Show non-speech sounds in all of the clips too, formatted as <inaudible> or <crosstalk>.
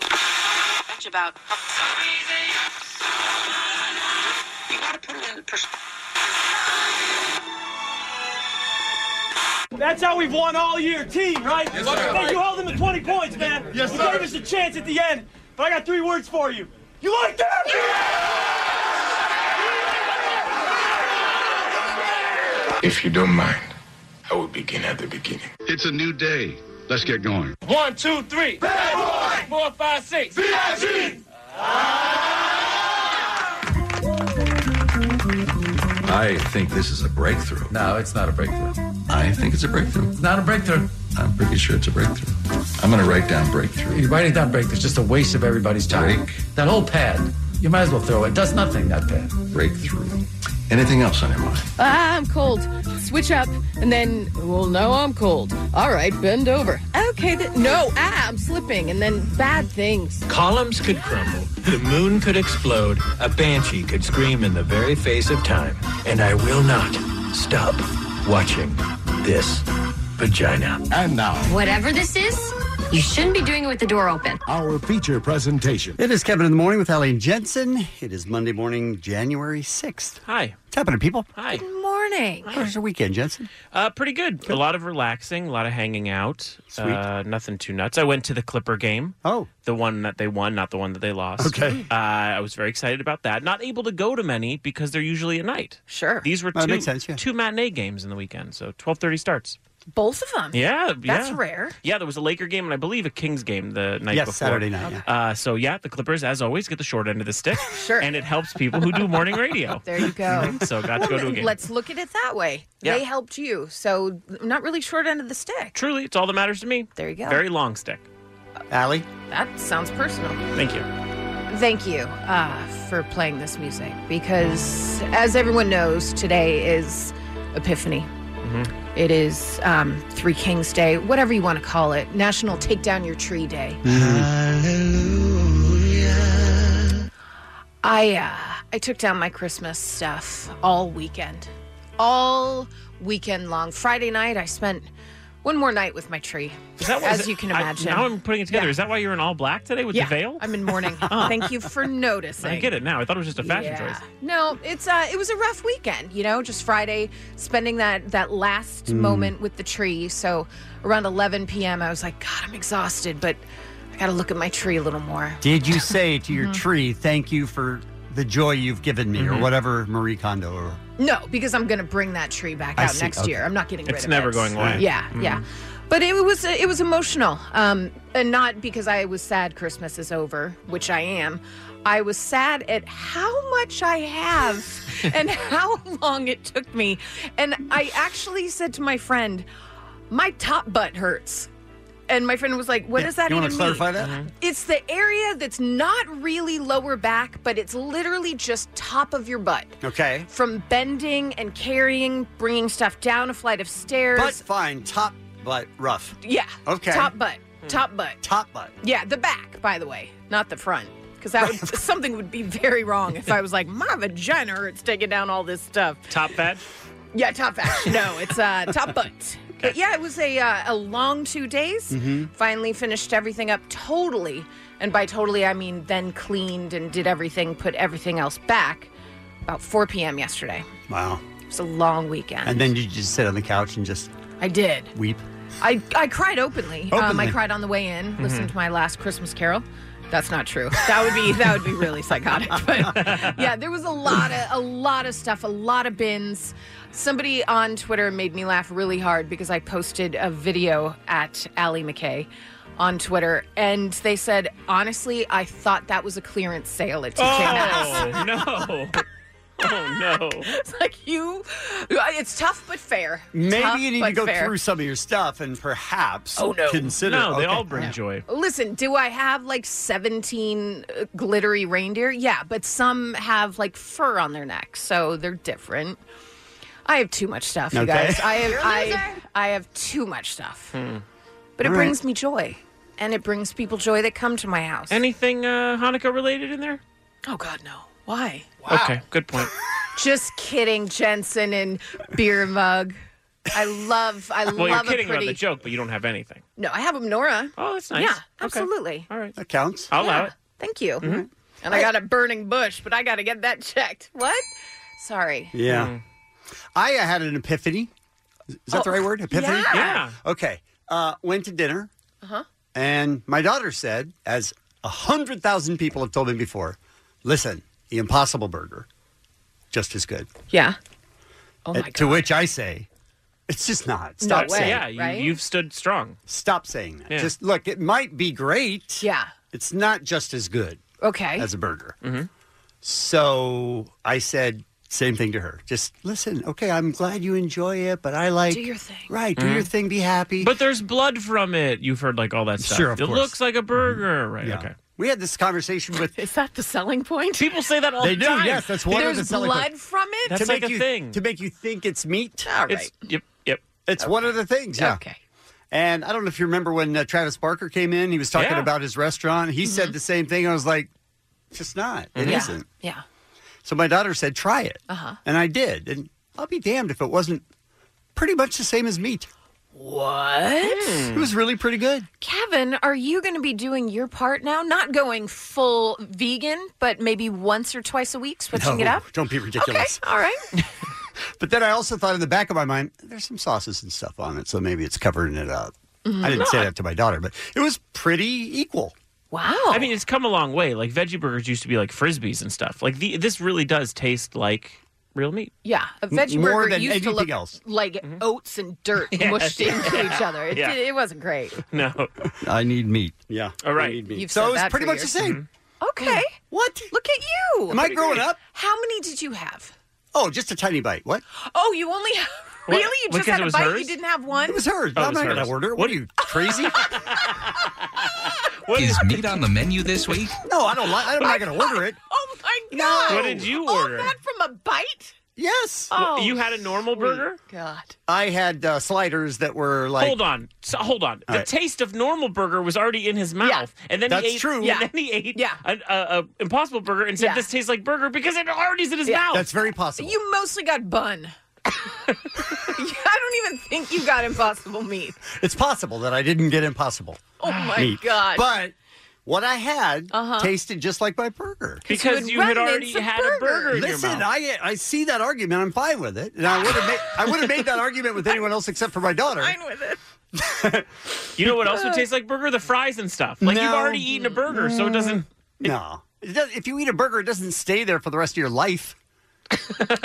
That's about. You gotta put it in perspective. That's how we've won all year, team, right? Yes, sir. Hey, you held them to 20 points, man. Yes, you gave us a chance at the end, but I got three words for you. You like that? If you don't mind, I will begin at the beginning. It's a new day. Let's get going. One, two, three. Bad boy. Four, five, six. Ah. I think this is a breakthrough. No, it's not a breakthrough. I think it's a breakthrough. It's not a breakthrough. I'm pretty sure it's a breakthrough. I'm going to write down breakthrough. You're writing down breakthrough. It's just a waste of everybody's time. Break. That whole pad, you might as well throw it. Does nothing, that pad. Breakthrough. Anything else on your mind? Ah, I'm cold. Switch up, and then, well, no, I'm cold. All right, bend over. Okay, th- no, ah, I'm slipping, and then bad things. Columns could crumble, the moon could explode, a banshee could scream in the very face of time, and I will not stop watching this vagina. And now, Whatever this is, you shouldn't be doing it with the door open. our feature presentation. It is Kevin in the Morning with Ellie Jensen. It is Monday morning, January 6th. Hi. What's happening, people? Hi. Good morning. How's your weekend, Jensen? Uh, pretty good. A lot of relaxing, a lot of hanging out. Sweet. Uh, nothing too nuts. I went to the Clipper game. Oh, The one that they won, not the one that they lost. Okay. Uh, I was very excited about that. Not able to go to many because they're usually at night. Sure. These were That two, makes sense, yeah. two matinee games in the weekend, so twelve thirty starts. Both of them. Yeah, That's yeah. rare. Yeah, there was a Laker game and I believe a Kings game the night yes, before. Saturday night. Yeah. Uh, so yeah, the Clippers, as always, get the short end of the stick. <laughs> Sure. And it helps people who do morning radio. <laughs> There you go. so got to go Well, to a game. Let's look at it that way. Yeah. They helped you, so not really short end of the stick. Truly, it's all that matters to me. There you go. Very long stick. Allie? That sounds personal. Thank you. Thank you uh, for playing this music because, as everyone knows, today is Epiphany. It is um, Three Kings Day, whatever you want to call it, National Take Down Your Tree Day. I uh, I took down my Christmas stuff all weekend, all weekend long. Friday night, I spent one more night with my tree, Is that why- as is it- you can I- imagine. now I'm putting it together. Is that why you're in all black today with yeah, the veil? I'm <laughs> in mourning. Thank you for noticing. I get it now. I thought it was just a fashion Yeah. choice. No, it's uh, it was a rough weekend. You know, just Friday, spending that that last moment with the tree. So around 11 p.m., I was like, God, I'm exhausted, but I got to look at my tree a little more. Did you say to your Mm-hmm. tree, thank you for the joy you've given me, or whatever Marie Kondo or No, because I'm going to bring that tree back I out see. next Okay. year. I'm not getting rid It's of never it. going away. Yeah, Mm-hmm. yeah. But it was it was emotional, um, and not because I was sad Christmas is over, which I am. I was sad at how much I <laughs> have and how long it took me. And I actually said to my friend, "My top butt hurts." And my friend was like, "What does that you even want to clarify mean?" that? Mm-hmm. It's the area that's not really lower back, but it's literally just top of your butt Okay. from bending and carrying, bringing stuff down a flight of stairs. Butt fine, top butt rough, yeah. Okay. Hmm. Top butt. Top butt. top butt. Yeah, the back, by the way, not the front. Because that <laughs> would something would be very wrong if I was like, my vagina hurts taking down all this stuff. Top fat. Yeah, top <laughs> back. No, it's uh, top butt. But yeah, it was a uh, a long two days. Mm-hmm. Finally finished everything up totally, and by totally I mean then cleaned and did everything, put everything else back. About 4 p.m. yesterday. Wow. It was a long weekend. And then you just sit on the couch and just I did. weep. I, I cried openly. Um, Openly. I cried on the way in. Mm-hmm. Listened to my last Christmas Carol. That's not <laughs> true. That would be that would be really psychotic. But yeah, there was a lot of a lot of stuff, a lot of bins. Somebody on Twitter made me laugh really hard because I posted a video at Allie McKay on Twitter, and they said, "Honestly, I thought that was a clearance sale at TK Maxx." Oh <laughs> no. oh no. <laughs> It's like you. It's tough but fair. Maybe Tough you need to but go fair. through some of your stuff and perhaps Oh, no. consider. No, they Okay. all bring joy. Listen, do I have like 17 uh, glittery reindeer? Yeah, but some have like fur on their neck, so they're different. I have too much stuff, you Okay. guys. I have You're a I, I have too much stuff. Hmm. But it All right. brings me joy. And it brings people joy that come to my house. Anything uh, Hanukkah related in there? Oh god no. Why? Okay, good point. Just kidding, Jensen and beer mug. I love <laughs> I well, you're love kidding a pretty about the joke, but you don't have anything. No, I have a menorah. Oh, that's nice. Yeah, Okay. absolutely. All right. That counts. I'll allow it. Mm-hmm. Thank you. And I got a burning bush, but I got to get that checked. What? Sorry. Mm. Yeah. I uh, had an epiphany. Is that the Hmm. Oh, right word? Epiphany? yeah. Yeah. Okay. Uh, went to dinner, Uh huh. and my daughter said, as a 100,000 people have told me before, listen, the Impossible Burger, just as good. Yeah. Oh, And my To which I say, it's just not. Stop Stop saying saying- Yeah, you, right? you've stood strong. Stop saying that. Yeah. Just look, it might be great. Yeah. It's not just as good Okay. as a burger. Mm-hmm. So I said, same thing to her. Just listen, okay, I'm glad you enjoy it, but I like. Do your thing. Right, do your Mhm. thing, be happy. But there's blood from it. You've heard like all that stuff. Sure, of it course. Mm-hmm. looks like a burger, right? Yeah. Okay. We had this conversation with. <laughs> Is that the selling point? People say that all They the do, time. yes, that's one of the There's selling blood points. from it? That's to like make a you, thing. To make you think it's meat. All right. It's, yep, yep. It's one of the things, yeah. Okay. And I don't know if you remember when uh, Travis Barker came in, he was talking Yeah. about his restaurant. He Mm-hmm. said the same thing. I was like, it's just not. It Mm-hmm. yeah. not Yeah. So my daughter said, try it. Uh huh. And I did. And I'll be damned if it wasn't pretty much the same as meat. What? It was really pretty good. Kevin, are you going to be doing your part now? Not going full vegan, but maybe once or twice a week, switching No, <laughs> it up? Don't be ridiculous. Okay. All right. But then I also thought in the back of my mind, there's some sauces and stuff on it, so maybe it's covering it up. Mm-hmm. Mhm. I didn't say No, I- that to my daughter, but it <laughs> was pretty equal. Wow. I mean, it's come a long way. Like veggie burgers used to be like frisbees and stuff. Like the, this really does taste like real meat. Yeah, a M- veggie more burger than used to anything look else. like oats <laughs> and dirt Yes. mushed into each other. It, Mm-hmm. Yeah. it <laughs> wasn't great. No. <laughs> I need meat. Yeah. All right. You've so said it was that pretty for much the years. Mm-hmm. same. Okay. What? Look at you. Am I growing up? How many did you have? Oh, just a tiny bite. What? Oh, you only <laughs> What? really you just Because had it a was bite. You hers? didn't have one. It was hers. Oh, it I'm was not going hers. to order. What are <laughs> you crazy? Is meat on the menu this week? No, I don't. Li- I'm not going to order it. <laughs> Oh my No. god! What did you All order? that from a bite? Yes. Oh, you had a normal burger? God. I had uh, sliders that were like. hold on, so, hold on. All the right. taste of normal burger was already in his mouth, and then That's he ate, true. And Yeah. then he ate an- a, a impossible burger and said, Yeah. "This tastes like burger because it already's in his mouth." That's very possible. You mostly got bun. <laughs> I don't even think you got impossible meat. It's possible that I didn't get impossible. Oh my meat. god! But what I had Uh-huh. tasted just like my burger. because you had already had a burger in Listen, your mouth. I I see that argument. I'm fine with it, and I would have made I would have made that argument with anyone else except for my daughter. Fine with it. you know what else would taste like burger? The fries and stuff. Like you've No. already eaten a burger, so it doesn't. <laughs> No, It does- if you eat a burger, it doesn't stay there for the rest of your life,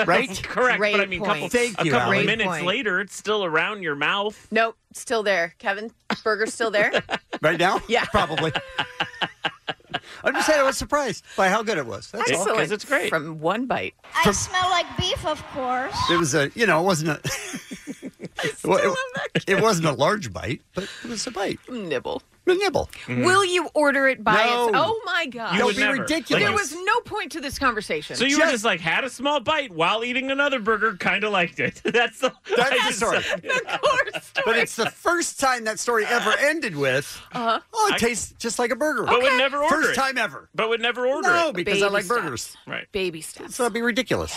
right? <laughs> Correct, but I mean, couple, Thank a you, couple Alan. minutes later, it's still around your mouth. Nope, still there. Kevin, burger's still there. Right now? <laughs> <laughs> Yeah. Probably. I'm just saying I was surprised by how good it was. That's all. Excellent. it's great. From one bite. I smell like beef, of course. It was a, you know, it <laughs> wasn't a. <laughs> Well, it, it wasn't a large bite, but it was a bite. Nibble. A nibble. Mm-hmm. Will you order it by No. its Oh my god. Mm-hmm. You Don't would be never. ridiculous. There was no point to this conversation. So you were just like had a small bite while eating another burger, kind of liked it. <laughs> That's the That's I the just- story. But it's the first time that story ever ended with, Uh-huh. oh, it Uh, I- tastes just like a burger. But would never order First it. time ever. But would never order it. No, because I like burgers. Right. Baby steps. So that'd be ridiculous.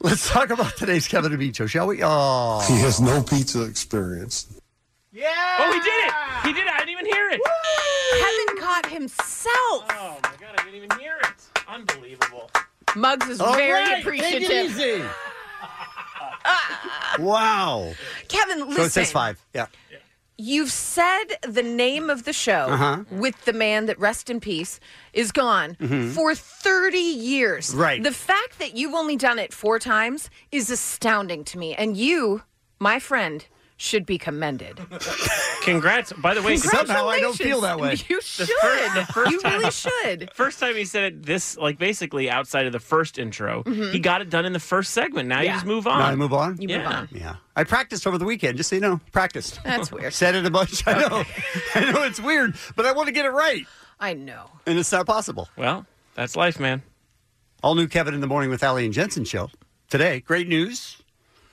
Let's talk about today's Kevin and Bean show, shall we? Oh. He has no pizza experience. Yeah. Oh, he did it. He did it. I didn't even hear it. Kevin caught himself. Oh my god, I didn't even hear it. Unbelievable. Muggs is All very right, take it appreciative. easy. <laughs> Wow. Kevin, listen. So it says five. Yeah. You've said the name of the show Uh-huh. with the man that rest in peace is gone Mhm. for 30 years. Right. The fact that you've only done it four times is astounding to me. And you, my friend, should be commended. Congrats. By the way, Somehow I don't feel that way. You The fir- the should. first You really time- should. First time he said it this, like basically outside of the first intro, Mhm. he got it done in the first segment. Now you Yeah. just move on. Now I move on? You yeah. move on. Yeah. <laughs> I practiced over the weekend, just so you know. Practiced. That's <laughs> weird. Said it a bunch. I know. I know it's <laughs> weird, but I want to get it right. I know. And it's not possible. Well, that's life, man. All new Kevin in the Morning with Allie and Jensen show today. Great news.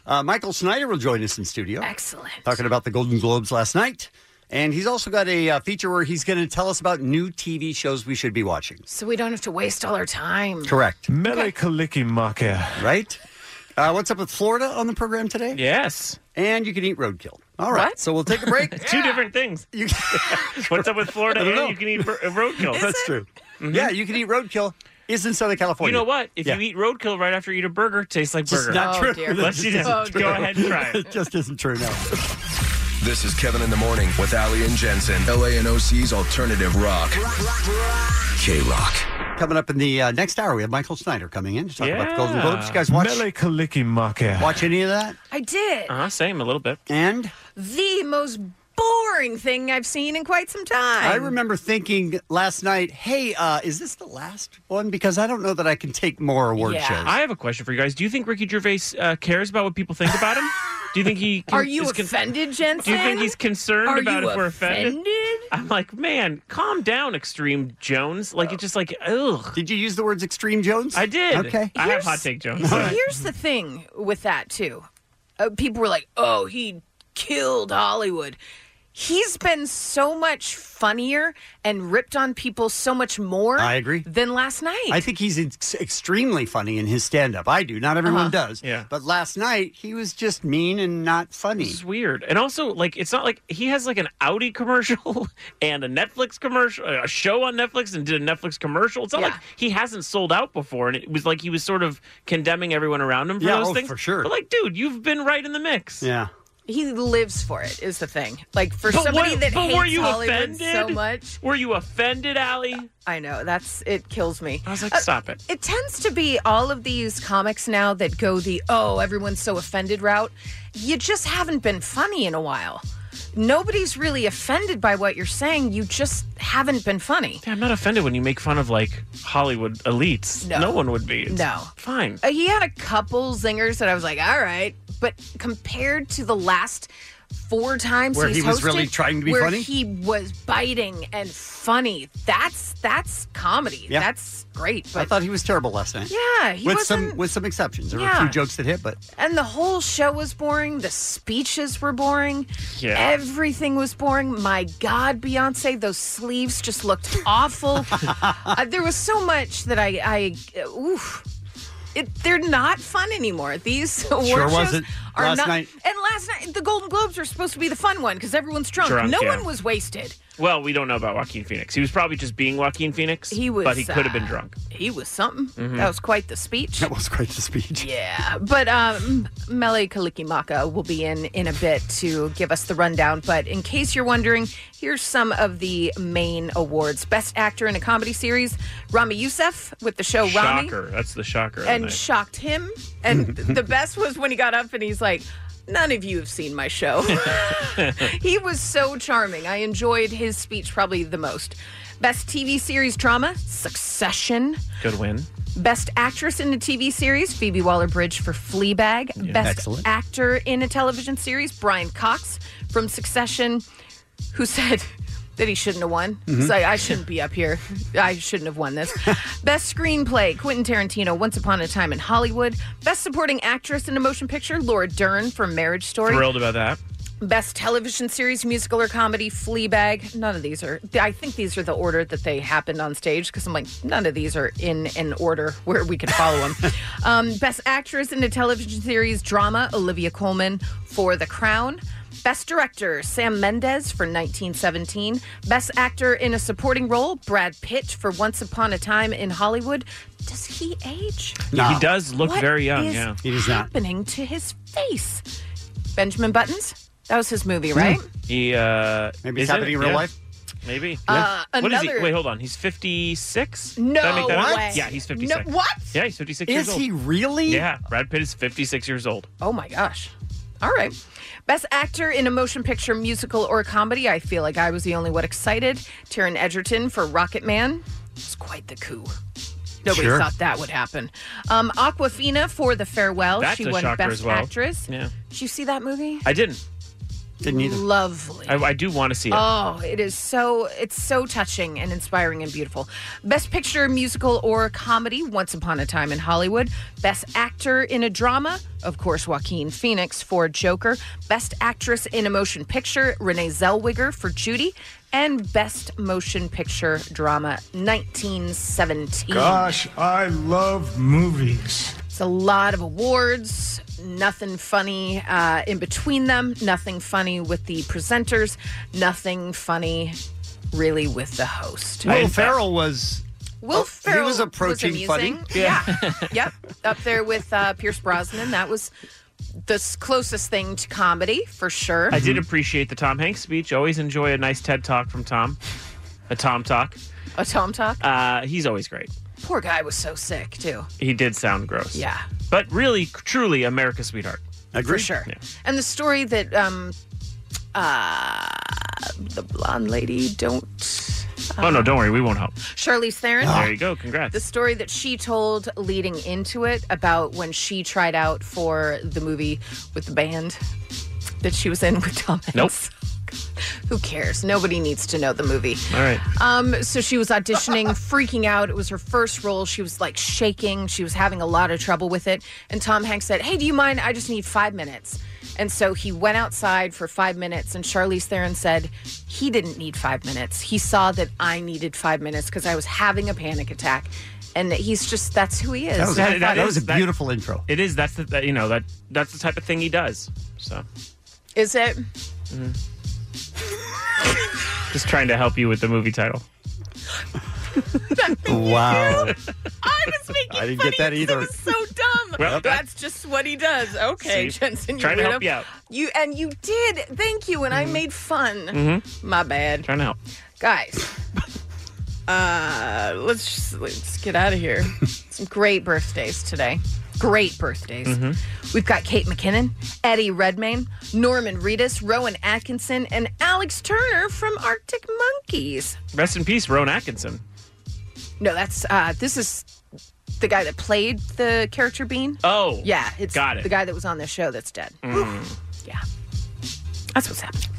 Uh, Michael Snyder will join us in studio. Excellent. Talking about the Golden Globes last night. And he's also got a uh, feature where he's going to tell us about new TV shows we should be watching. So we don't have to waste all our time. Correct. Melikalikimaka. Right? Uh, what's up with Florida on the program today? Yes. And you can eat roadkill. All right. So we'll take a break. Two <laughs> different things. <laughs> What's up with Florida? <laughs> I don't And know. you can eat bro- roadkill. Mm-hmm. That's true. Yeah, you can eat roadkill. It's in Southern California. You know what? If Yeah. you eat roadkill right after you eat a burger, it tastes like Just burger. Oh, not true. <laughs> Let's you just Just isn't go true. ahead and try it. it just isn't true now. This is Kevin in the Morning with Ali and Jensen, LA and OC's alternative rock. K Rock. <laughs> Coming up in the uh, next hour, we have Michael Snyder coming in to talk about the Ah. Golden Globes. You guys watch Melikalikimaka. watch any of that? I did. Uh huh. Same a little bit. And The most boring thing I've seen in quite some time. I remember thinking last night, hey, uh, is this the last one? Because I don't know that I can take more award Yeah. shows. I have a question for you guys. Do you think Ricky Gervais uh, cares about what people think about him? Do you think he? Can, <laughs> Are you is con- offended, Jensen? Do you think he's concerned Are about you if we're offended? offended? <laughs> I'm like, man, calm down, Extreme Jones. Like it's just like, ugh. Did you use the words Extreme Jones? I did. Okay. I have Here's- hot take <laughs> Jones. Here's the thing with that too. Uh, people were like, "Oh, he killed Hollywood." He's been so much funnier and ripped on people so much more. I agree. Than last night. I think he's ex- extremely funny in his stand up. I do. Not everyone Uh-huh. does. Yeah. But last night, he was just mean and not funny. It's weird. And also, like, it's not like he has like an Audi commercial <laughs> and a Netflix commercial, uh, a show on Netflix, and did a Netflix commercial. It's not like he hasn't sold out before. And it was like he was sort of condemning everyone around him for Yeah, those oh, things. for sure. But like, dude, you've been right in the mix. Yeah. He lives for it. Is the thing. Like for But somebody what- that but hates were you Hollywood so offended? much. Were you offended, Allie? I know. That's it. Kills me. Uh, I was like, stop it. It tends to be all of these comics now that go the oh everyone's so offended route. You just haven't been funny in a while. Nobody's really offended by what you're saying. You just haven't been funny. Yeah, I'm not offended when you make fun of like Hollywood elites. No. one would be. It's No. Fine. Uh, He had a couple zingers that I was like, all right, but compared to the last four times Where he's he was hosted, really trying to be where funny? he was biting and funny. That's that's comedy. Yeah. That's great. But I thought he was terrible last night. Yeah, he with wasn't- some with some exceptions. There were a Yeah. few jokes that hit, but And the whole show was boring. The speeches were boring. Yeah. Everything was boring. My God, Beyonce, those sleeves just looked <laughs> awful. uh, there was so much that I, I uh, oof. It, they're not fun anymore. These <laughs> award shows wasn't are last not. night. And last night, the Golden Globes were supposed to be the fun one because everyone's drunk. Drunk, no yeah. one was wasted. Well, we don't know about Joaquin Phoenix. He was probably just being Joaquin Phoenix. He was, but he could have been uh, drunk. He was something. Mhm. That was quite the speech. that was quite the speech. Yeah, but um, Mele Kalikimaka will be in in a bit to give us the rundown. But in case you're wondering, here's some of the main awards: Best Actor in a Comedy Series, Rami Youssef with the show Rami, shocker. That's the shocker. of the and night. shocked him. And the best was when he got up and he's like. None of you have seen my show. he was so charming. I enjoyed his speech probably the most. Best TV series drama, Succession. Good win. Best actress in a TV series, Phoebe Waller Bridge for Fleabag. Best Excellent. actor in a television series, Brian Cox from Succession, who said <laughs> that he shouldn't have won. Mm-hmm. Mhm. He's like, I shouldn't be up here. I shouldn't <laughs> have won this. Best screenplay, Quentin Tarantino, Once Upon a Time in Hollywood. Best supporting actress in a motion picture, Laura Dern from Marriage Story. Thrilled about that. Best television series, musical or comedy, Fleabag. None of these are. I think these are the order that they happened on stage because I'm like, none of these are in an order where we can follow them. um, best actress in a television series drama, Olivia Colman for The Crown. Best director, Sam Mendes for 1917. Best actor in a supporting role, Brad Pitt for Once Upon a Time in Hollywood. Does he age? He does look What very young. is yeah, happening to his face. Benjamin Buttons. That was his movie, right? He uh, Maybe it's is it? happening in real Yeah. life? Maybe. Uh, what is he? another- Wait, hold on. He's fifty six. No Did I make that up? way. Yeah, he's No- fifty six. what? Yeah, he's fifty six Is years old. he really? Yeah, Brad Pitt is fifty six years old. Oh my gosh. All right. Best actor in a motion picture, musical, or comedy. I feel like I was the only one excited. Taryn Edgerton for Rocket Man. It's quite the coup. Nobody Sure. thought that would happen. Um, Aquafina for The Farewell. That's she a won shocker Best as well. Actress. Yeah. Did you see that movie? I didn't. Didn't Lovely. I, I do want to see it. Oh, it is so it's so touching and inspiring and beautiful. Best picture, musical or comedy, Once Upon a Time in Hollywood. Best actor in a drama, of course Joaquin Phoenix for Joker. Best actress in a motion picture, Renee Zellweger for Judy. And best motion picture drama 1917. Gosh, I love movies. It's a lot of awards, nothing funny uh, in between them, nothing funny with the presenters, nothing funny really with the host. Will Ferrell was. Will Ferrell oh, was approaching amazing. funny. Yeah. yep. Up there with uh, Pierce Brosnan. That was the s- closest thing to comedy for sure. I did appreciate the Tom Hanks speech. Always enjoy a nice TED talk from Tom, a Tom talk. A Tom talk. Uh, he's always great. Poor guy was so sick too. He did sound gross. Yeah. But really, truly, America's sweetheart. For sure. Yeah. And the story that um, uh, the blonde lady don't. Ah. oh, no, don't worry. We won't help. Charlize Theron. There you go. Congrats. The story that she told leading into it about when she tried out for the movie with the band that she was in <laughs> with Tom Hanks. Nope. Who cares? Nobody needs to know the movie. All right. Um, so she was <laughs> auditioning, freaking out. It was her first role. She was like shaking. She was having a lot of trouble with it. And Tom Hanks said, Hey, do you mind? I just need five minutes. And so he went outside for five minutes, and Charlize Theron said he didn't need five minutes. He saw that I needed five minutes because I was having a panic attack. And he's just, that's who he is. That was- I that thought- is- that- Beautiful intro. It is. That's the that, you know that that's the type of thing he does. So Is it? mhm. just trying to help you with the movie title. Wow. <laughs> I was making I didn't get that either. so dumb. Well, That's just what he does. Okay, See, Jensen, you trying to read help them. You and you did. Thank you, and I made fun. Mm-hmm. My bad, Trying to help. guys. uh, let's just let's get out of here. Some great birthdays today. Great birthdays. Mhm. We've got Kate McKinnon, Eddie Redmayne, Norman Reedus, Rowan Atkinson, and Alex Turner from Arctic Monkeys. Rest in peace, Rowan Atkinson. No, that's uh this is the guy that played the character Bean. Oh. Yeah, it's Got it. the guy that was on the show that's dead. Mm. Yeah. That's what's happening.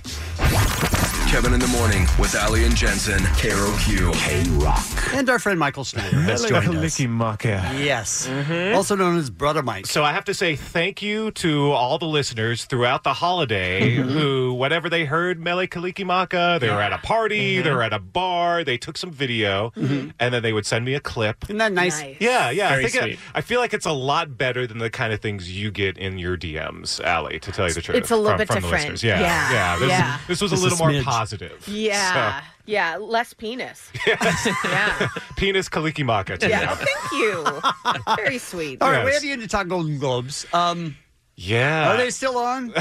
Kevin in the morning with Ali and Jensen. KROQ. K Rock. And our friend Michael Schneider has Hello, joined us. Mickey Yes. Also known as Brother Mike. Mm-hmm. So I have to say thank you to all the listeners throughout the holiday Mm-hmm. who, whenever they heard Mele Kalikimaka, they were at a Mm-hmm. party, they were at a bar, they took some video, and then they would send me a clip. Isn't that nice? Yeah, yeah. Very I, think sweet. I, I feel like it's a lot better than the kind of things you get in your DMs, Allie, to tell you the truth. It's a little from, bit from different. The listeners. yeah, Yeah, yeah. This, yeah. this was a Just a little more smidge. positive. Yeah. Yeah, less penis. Penis Kalikimaka today. <laughs> Yeah. <laughs> Thank you. Very sweet. All right, we have you into Talk Golden Globes. Um, Yeah. Are they still on?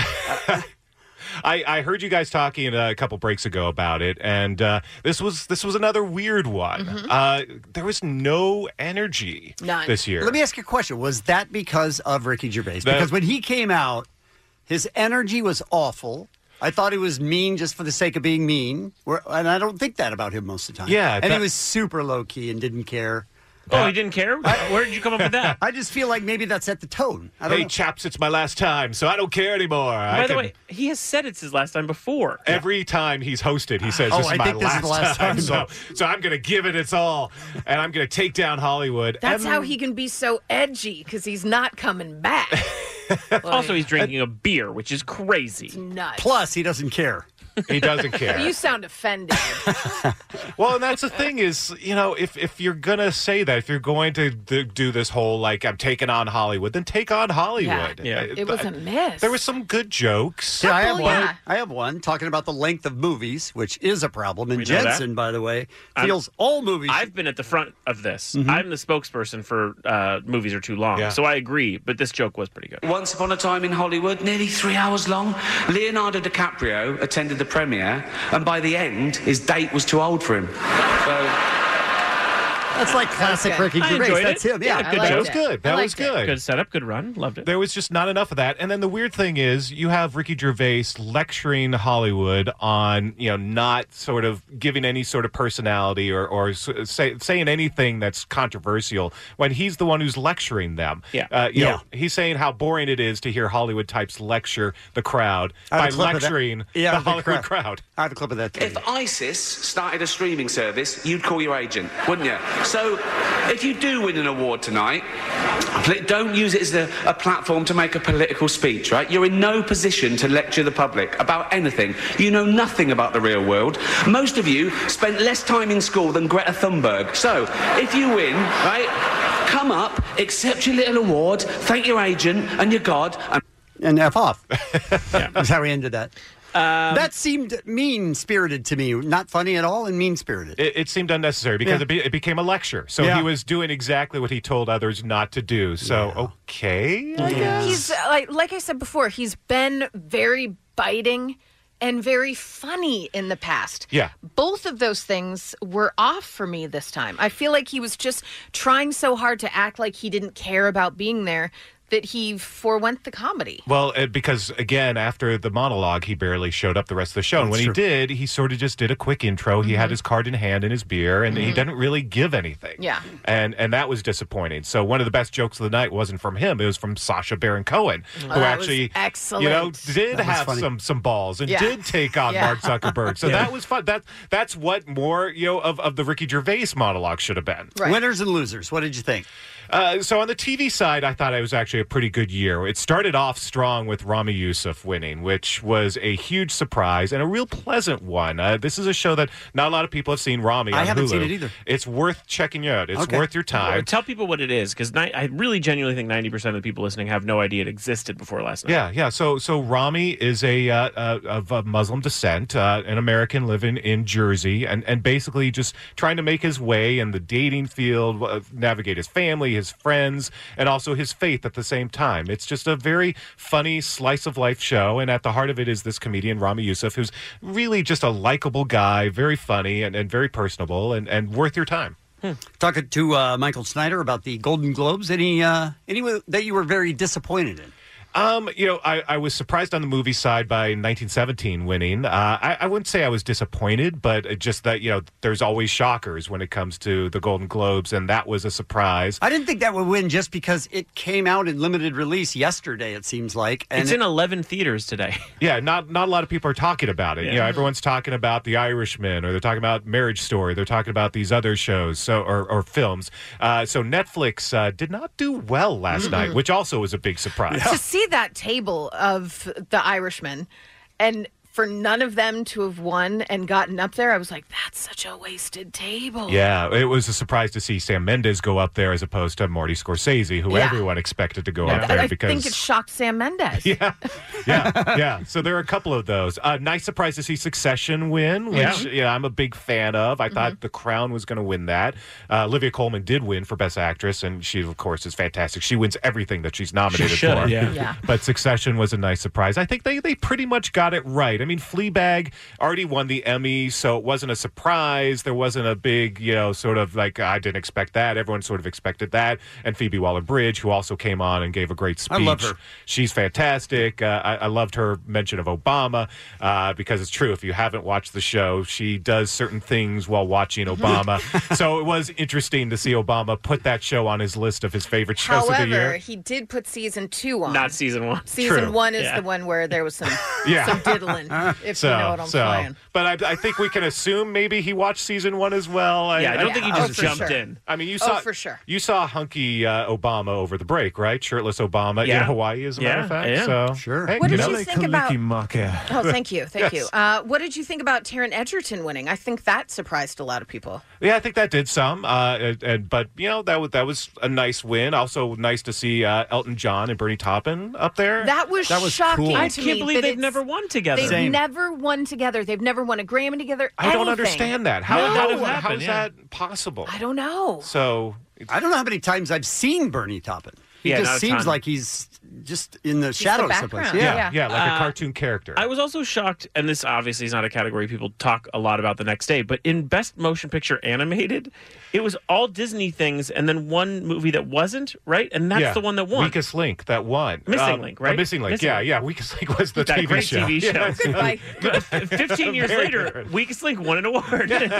I, I heard you guys talking uh, a couple breaks ago about it, and uh, this was this was another weird one. Mm-hmm. Uh, there was no energy this year. Let me ask you a question. Was that because of Ricky Gervais? That- because when he came out, his energy was awful. I thought he was mean just for the sake of being mean, Where- and I don't think that about him most of the time. Yeah, and he that- <laughs> was super low key and didn't care. Oh, he didn't care. Where did you <laughs> come up with that? I just feel like maybe that set the tone. I don't hey know. chaps, it's my last time, so Uh, I don't care anymore. By the way, he has said it's his last time <laughs> before. every time he's hosted, he says, Oh, "This I is my think this is last, the last time." time. So, so I'm going to give it its all, and I'm going to take down Hollywood. That's And- how he can be so edgy because he's not coming back. also, he's drinking a beer, which is crazy. Nuts. Plus, he doesn't care. <laughs> He doesn't care. You sound offended. well, and that's the thing is, you know, if if you're gonna say that, if you're going to d- do this whole like I'm taking on Hollywood, then take on Hollywood. Yeah. Uh, It was a mess. There was some good jokes. Yeah, I have one. I have one talking about the length of movies, which is a problem. And We know that. Jensen, by the way, I'm- feels all movies. I've been at the front of this. Mm-hmm. I'm the spokesperson for uh, movies are too long, Yeah. so I agree. But this joke was pretty good. Once upon a time in Hollywood, nearly three hours long, Leonardo DiCaprio attended the premiere, and by the end, his date was too old for him. So That's like classic Ricky I Gervais. enjoyed That's it. him. Yeah, I good. liked That was it. good. I That was liked it. good. Good setup. Good run. Loved it. There was just not enough of that. And then the weird thing is, you have Ricky Gervais lecturing Hollywood on, you know, not sort of giving any sort of personality or, or s- say, saying anything that's controversial when he's the one who's lecturing them. Yeah. Uh, you Yeah. Know, he's saying how boring it is to hear Hollywood types lecture the crowd I by have a clip of that. lecturing Yeah, the of the Hollywood crowd. crowd. I have a clip of that. If ISIS started a streaming service, you'd call your agent, wouldn't you? So, if you do win an award tonight, pl- don't use it as a, a platform to make a political speech, right? You're in no position to lecture the public about anything. You know nothing about the real world. Most of you spent less time in school than Greta Thunberg. So, if you win, right, come up, accept your little award, thank your agent and your God, and and F off. That's how we ended that. Um, that seemed mean spirited to me. Not funny at all and mean spirited. It, it seemed unnecessary because Yeah. it, be, it became a lecture. So Yeah. he was doing exactly what he told others not to do. So, okay. I guess. He's uh, like, like I said before, he's been very biting and very funny in the past. Yeah. Both of those things were off for me this time. I feel like he was just trying so hard to act like he didn't care about being there that he forewent the comedy. Well, uh, because again, after the monologue, he barely showed up the rest of the show. and when That's Mm-hmm. he did, he sort of just did a quick intro. He had his card in hand and his beer, and he Mhm. didn't really give anything. Yeah. And and that was disappointing. So one of the best jokes of the night wasn't from him; it was from Sasha Baron Cohen, who Oh, that was actually, excellent. you know, That did was have funny. some some balls and Yeah. did take on Yeah. Mark Zuckerberg. <laughs> So Yeah. that was fun. That that's what more you know of of the Ricky Gervais monologue should have been. Winners and losers. What did you think? Uh, so on the TV side, I thought it was actually a pretty good year. It started off strong with Rami Youssef winning, which was a huge surprise and a real pleasant one. Uh, this is a show that not a lot of people have seen. Rami, I on haven't Hulu. seen it either. It's worth checking out. It's Okay. worth your Well, time. tell people what it is because ni- I really genuinely think ninety percent of the people listening have no idea it existed before last night. Yeah, yeah. So, so Rami is a uh, uh, of uh, Muslim descent, uh, an American living in Jersey, and and basically just trying to make his way in the dating field, uh, navigate his family, his friends, and also his faith at the same time. It's just a very funny slice of life show, and at the heart of it is this comedian Rami Youssef, who's really just a likable guy, very funny and, and very personable, and and worth your time. Talking to uh, Michael Snyder about the Golden Globes. Any uh, any w- that you were very disappointed in? Um, you know, I, I was surprised on the movie side by 1917 winning. Uh, I, I wouldn't say I was disappointed, but it just that you know, there's always shockers when it comes to the Golden Globes, and that was a surprise. I didn't think that would win just because it came out in limited release yesterday. It seems like it's in eleven theaters today. Yeah, not not a lot of people are talking about it. You know, Yeah. everyone's talking about The Irishman, or they're talking about Marriage Story, they're talking about these other shows, so or, or films. Uh, so Netflix uh, did not do well last night, which also was a big surprise. To see that table of the Irishman and for none of them to have won and gotten up there, I was like, that's such a wasted table. Yeah, it was a surprise to see Sam Mendes go up there as opposed to Marty Scorsese, who Yeah. everyone expected to go up I, there I because think it shocked Sam <laughs> Mendes. Yeah. yeah, yeah. So there are a couple of those. Uh, nice surprise to see Succession win, which Yeah. Mm-hmm. yeah. I'm a big fan of. I thought The Crown was going to win that. Uh, Olivia Colman did win for Best Actress, and she, of course, is fantastic. She wins everything that she's nominated She should, for. <laughs> yeah. Yeah. But Succession was a nice surprise. I think they they pretty much got it right. I mean, Fleabag already won the Emmy, so it wasn't a surprise. There wasn't a big, you know, sort of like I didn't expect that. Everyone sort of expected that. And Phoebe Waller Bridge, who also came on and gave a great speech. I love her. She's fantastic. Uh, I, I loved her mention of Obama uh, because it's true. If you haven't watched the show, she does certain things while <laughs> watching Obama. so it was interesting to see Obama put that show on his list of his favorite shows of the However, year. he did put season two on. Not season one. Season True. one is Yeah. the one where there was some, <laughs> <laughs> Yeah. some diddling, if you know what I'm saying. But I, I think we can assume maybe he watched season one as well. Yeah, I don't think he Yeah, just oh, for jumped sure. in. I mean, you Oh, saw for sure. You saw hunky uh, Obama over the break, right? Shirtless Obama Yeah. in Hawaii, as a matter Yeah, of fact. yeah. So Sure. Hey, What you did know? you think about- Oh, thank <laughs> you. Thank Yes. you. Uh, what did you think about Taryn Edgerton winning? I think that surprised a lot of people. Yeah, I think that did some. Uh, and, and- but you know that was that was a nice win. Also, nice to see uh, Elton John and Bernie Taupin up there. That was, shocking. I to can't me believe that they've it's- never won together. They've never won together. They've never won a Grammy together. I don't anything. understand that. How No. did that have happened? How is that possible? I don't know. So I don't know how many times I've seen Bernie Taupin. He Yeah, not just a seems ton. like he's just in the Just the shadows someplace. background, yeah. Yeah, like a Uh, cartoon character. I was also shocked, and this obviously is not a category people talk a lot about the next day, but in Best Motion Picture Animated, it was all Disney things and then one movie that wasn't, right? And that's Yeah. the one that won. Weakest Link, that won. Missing Um, Link, uh, right? Missing Link, Missing yeah, Link. yeah. Weakest Link was the That TV great show. TV <laughs> show. Yes. Goodbye. <laughs> Fifteen years Very later, good. Weakest Link won an award. <laughs>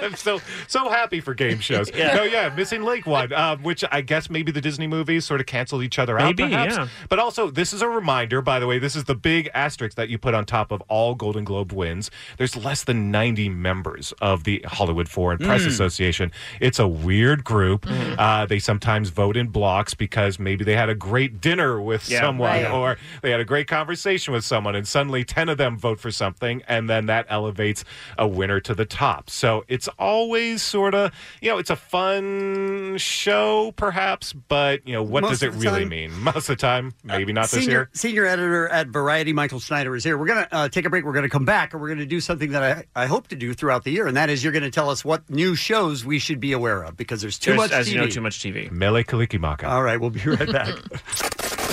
I'm so so happy <laughs> for game shows. Yeah. No, yeah, Missing Link one, um, which I guess maybe the Disney movies sort of canceled each other out. Maybe, perhaps. yeah. But also, this is a reminder, by the way, this is the big asterisk that you put on top of all Golden Globe wins. There's less than 90 members of the Hollywood Foreign Press Mm. Association. It's a weird group. Mm. Uh, they sometimes vote in blocks because maybe they had a great dinner with Yeah. someone Right. or or they had a great conversation with someone and suddenly 10 of them vote for something and then that elevates a winner to the top so it's always sort of you know it's a fun show perhaps but you know what Most does it of the really time. uh, mean <laughs> most of the time maybe not this senior, year Senior editor at Variety, Michael Snyder, is here. We're going to uh, take a break. We're going to come back, and we're going to do something that I, I hope to do throughout the year, and that is you're going to tell us what new shows we should be aware of because there's too There's, much as TV. you know, too much TV. mele kalikimaka All right, we'll be right <laughs> back.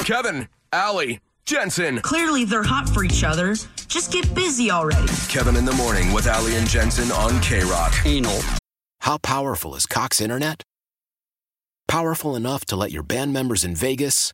Kevin, Allie, Jensen. Clearly, they're hot for each other. Just get busy already. Kevin in the morning with Allie and Jensen on K Rock. Anal. How powerful is Cox Internet? Powerful enough to let your band members in Vegas,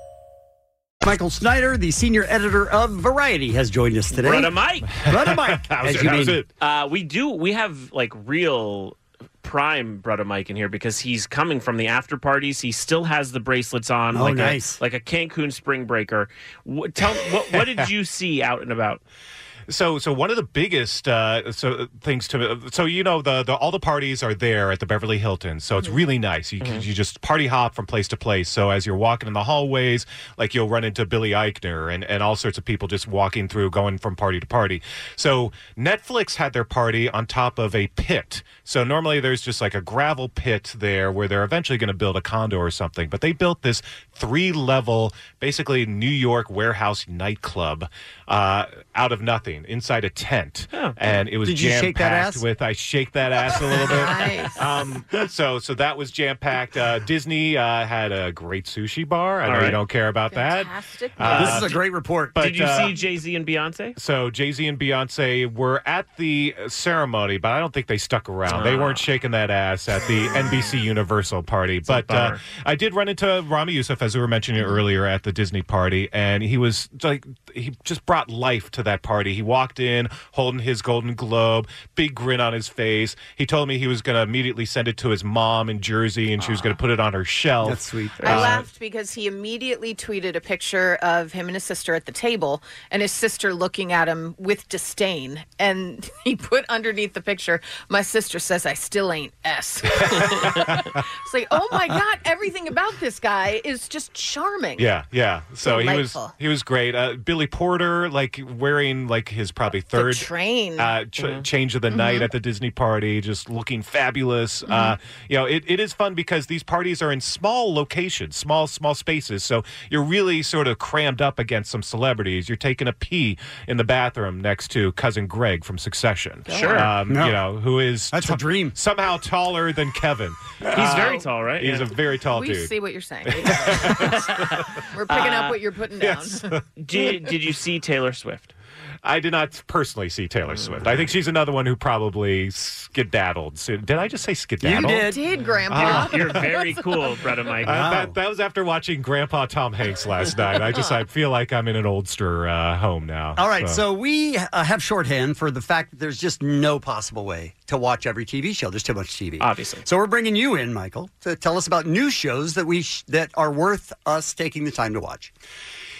Michael Snyder, the senior editor of Variety, has joined us today. Run a mic. Run <laughs> <laughs> a mic. as you mean. Uh, we do. We have like real prime Bretta Mike in here because he's coming from the after parties. He still has the bracelets on. Oh, like nice. A, like a Cancun spring breaker. What, tell what, what did you see out and about? So, so one of the biggest uh, so things to so you know the, the all the parties are there at the Beverly Hilton, so it's really nice. You can you just party hop from place to place. So as you're walking in the hallways, like you'll run into Billy Eichner and and all sorts of people just walking through, going from party to party. So Netflix had their party on top of a pit. So normally there's just like a gravel pit there where they're eventually going to build a condo or something, but they built this three level, basically New York warehouse nightclub uh, out of nothing inside a tent, and it was Oh. Did you jam shake that packed ass? with I shake that ass a little bit. <laughs> <laughs> um, so so that was jam packed. Uh, Disney uh, had a great sushi bar. I All know right. you don't care about Fantastic. that. Uh, this is a great report. but, did you uh, see Jay Z and <laughs> Beyonce? so Jay Z and Beyonce were at the ceremony, but I don't think they stuck around. They Ah. weren't shaking that ass at the NBC Universal party. but uh, bummer. I did run into Rami Youssef, as we were mentioning earlier, at the Disney party, and he was like, he just brought life to that party. He walked in holding his Golden Globe, big grin on his face. He told me he was going to immediately send it to his mom in Jersey, and she was going to put it on her shelf. Uh, That's sweet. I laughed because he immediately tweeted a picture of him and his sister at the table and his sister looking at him with disdain. And <laughs> he put underneath the picture, My sister says I still ain't S. <laughs> it's like, oh my God, everything about this guy is just charming. Yeah, yeah. So he was Delightful. he was great. Uh, Billy Porter, like wearing like his probably third train. Mm-hmm. uh, ch- Mm-hmm. change of the night at the Disney party, just looking fabulous. Uh, you know, it, it is fun because these parties are in small locations, small small spaces. So you're really sort of crammed up against some celebrities. You're taking a pee in the bathroom next to cousin Greg from Succession. Sure. um, No. you know who is that's a dream somehow taller than Kevin. He's very tall, right? He's Yeah. a very tall we dude. see what you're saying. <laughs> We're picking Uh, up Uh, <laughs> what you're putting down. did Did you see Taylor Swift? Mm. I did not personally see Taylor Swift. I think she's another one who probably skedaddled. So- Did I just say skedaddle? did, <laughs> Grandpa. Ah, You're very cool, Brother Mike. Uh, that, that was after watching Grandpa Tom Hanks last night. <laughs> I just I feel like I'm in an oldster uh, home now. All right, so, we uh, have shorthand for the fact that there's just no possible way to watch every TV show. There's too much TV, obviously. So we're bringing you in, Michael, to tell us about new shows that we sh- that are worth us taking the time to watch.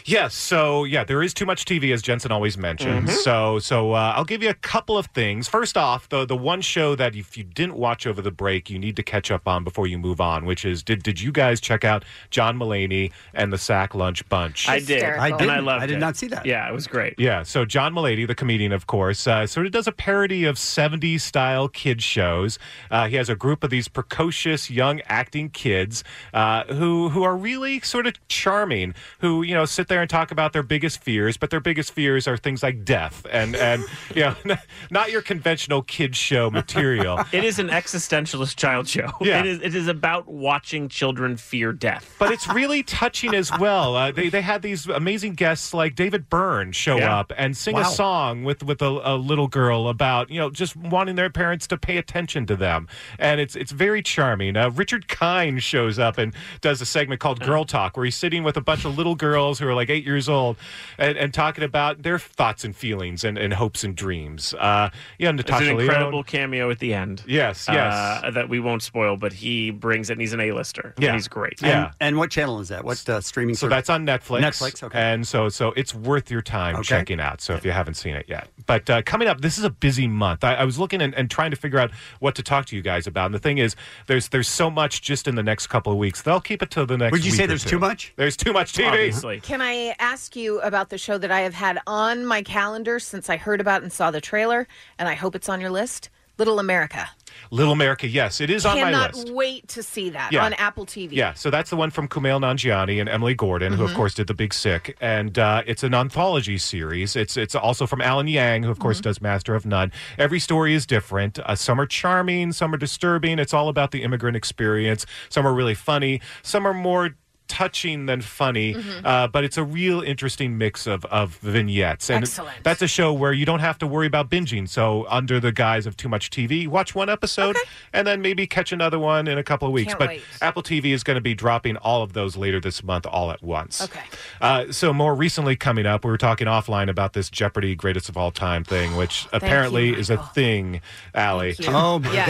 Yes. So yeah, there is too much TV, as Jensen always mentions. So so uh, I'll give you a couple of things. First off, the the one show that if you didn't watch over the break, you need to catch up on before you move on, which is did did you guys check out John Mulaney and the Sack Lunch Bunch? I did. I did. And I loved it. Yeah, it was great. Yeah, so John Mulaney, the comedian, of course, uh, sort of does a parody of 70s style kid shows. Uh, he has a group of these precocious young acting kids uh, who who are really sort of charming, who you know sit there and talk about their biggest fears, but their biggest fears are things like death and and <laughs> you know not your conventional kid show <laughs> material. It is an existentialist child show. Yeah. It is it is about watching children fear death. but it's really touching as well. Uh, they they had these amazing guests like David Byrne show Yeah. up and sing a Wow. song with with a, a little girl about you know just wanting their parents to pay attention to them, and it's it's very charming. Uh, Richard Kind shows up and does a segment called Uh. Girl Talk where he's sitting with a bunch of little girls who are like eight years old and, and talking about their thoughts and feelings and, and hopes and dreams. Uh, yeah, It's an Natasha Leone. incredible cameo at the end. Yes, yes. Uh, that we won't spoil, but he brings it and he's an A-lister. And he's great. And, and what channel is that? What uh, streaming? So service? that's on Netflix. Netflix. Okay. And so so it's worth your time checking out. So if you haven't seen it yet, but uh, coming up, this is a busy month. I, I was looking and, and trying to figure out what to talk to you guys about. And the thing is, there's there's so much just in the next couple of weeks. They'll keep it till the next. Would you week say or there's two. too much? There's too much TV. Obviously. Can I ask you about the show that I have had on my calendar since I heard about and saw the trailer, and I hope it's on your list? Little America. Little America, yes, it is on my Cannot list. wait to see that Yeah. on Apple TV. Yeah, so that's the one from Kumail Nanjiani and Emily Gordon, who of Mhm. course did The Big Sick, and uh, it's an anthology series. It's it's also from Alan Yang, who of Mm-hmm. course does Master of None. Every story is different. Uh, some are charming, some are disturbing. It's all about the immigrant experience. Some are really funny. Some are more touching than funny Mm-hmm. uh, but it's a real interesting mix of of vignettes and Excellent. that's a show where you don't have to worry about binging so under the guise of too much tv watch one episode and then maybe catch another one in a couple of weeks Can't but wait. Apple TV is going to be dropping all of those later this month, all at once. Okay. Uh, so more recently coming up, we were talking offline about this Jeopardy Greatest of All Time <gasps> thing, which Thank apparently you, is a thing, Allie. Thank you. Oh, Yes.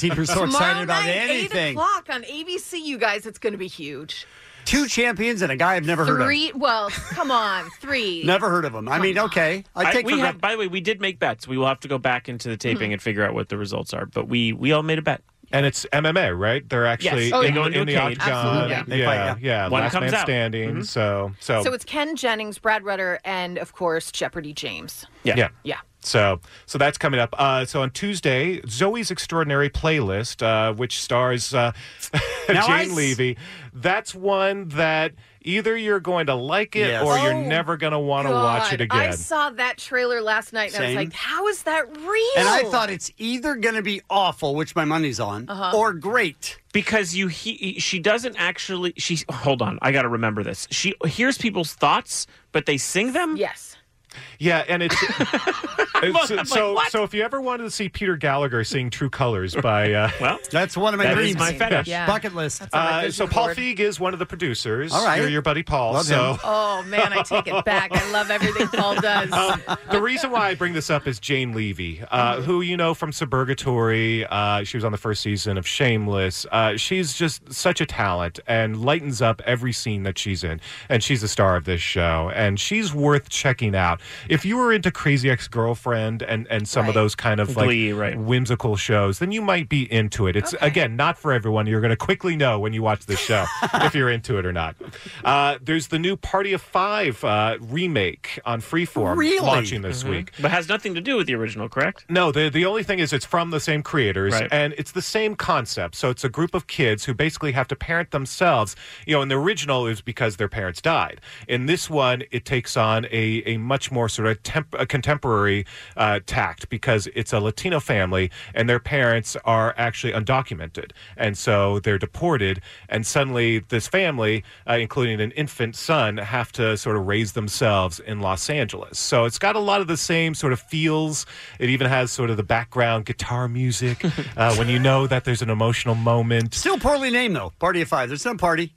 <laughs> Tomorrow night, Eight o'clock on ABC, you guys. It's going to be huge. Two champions and a guy I've never heard of. Three. Well, come on, three. Never heard of him. I mean, okay, I I- take we for Hmm. have, by the way, we did make bets. We will have to go back into the taping and figure out what the results are. But we we all made a bet. And it's MMA, right? They're actually yes. Oh, in, they go into in a the cage. octagon. Absolutely. They fight, Yeah, yeah. yeah. One Last comes man out. standing. Mhm. So, so, So it's Ken Jennings, Brad Rutter, and of course Jeopardy James. yeah. yeah. Yeah. So, so that's coming up. Uh, so on Tuesday, Zoe's Extraordinary Playlist, uh, which stars uh, <laughs> Jane Now I s- Levy. That's one that either you're going to like it Yes. or you're Oh, never going to want to watch God, it again. I saw that trailer last night, and I was Same. like, "How is that real?" And I thought it's either going to be awful, which my money's on, Uh-huh. or great. because you he, she doesn't actually she hold on i gotta remember this she hears people's thoughts but they sing them yes Yeah, and it's I'm it's- like, so. "What?" so if you ever wanted to see Peter Gallagher sing "True Colors" by <laughs> uh, well, that's one of my that dreams. is my fetish. Yeah. Bucket list. Uh, so Paul Feig is one of the producers. All right. your, your buddy Paul. Love so. <laughs> him. Oh man, I take it back. I love everything Paul does. Um, the reason why I bring this up is Jane Levy, uh, Mm-hmm. who you know from Suburgatory. Uh, she was on the first season of Shameless. Uh, she's just such a talent and lightens up every scene that she's in. And she's the star of this show. And she's worth checking out. If you were into Crazy Ex Girlfriend and, and some of those kind of like Glee, right. whimsical shows, then you might be into it. It's, again, not for everyone. You're going to quickly know when you watch <laughs> this show if you're into it or not. Uh, there's the new Party of Five uh, remake on Freeform Really? launching this Mhm. week. but has nothing to do with the original correct No, the the only thing is it's from the same creators Right. and it's the same concept. So it's a group of kids who basically have to parent themselves. You know, in the original it was because their parents died. In this one, it takes on a a much much more sort of temp- a contemporary uh, tact because it's a Latino family and their parents are actually undocumented. And so they're deported. And suddenly, this family, uh, including an infant son, have to sort of raise themselves in Los Angeles. So it's got a lot of the same sort of feels. It even has sort of the background guitar <laughs> music uh, when you know that there's an emotional moment. Still poorly named, though. Party of Five. There's no party.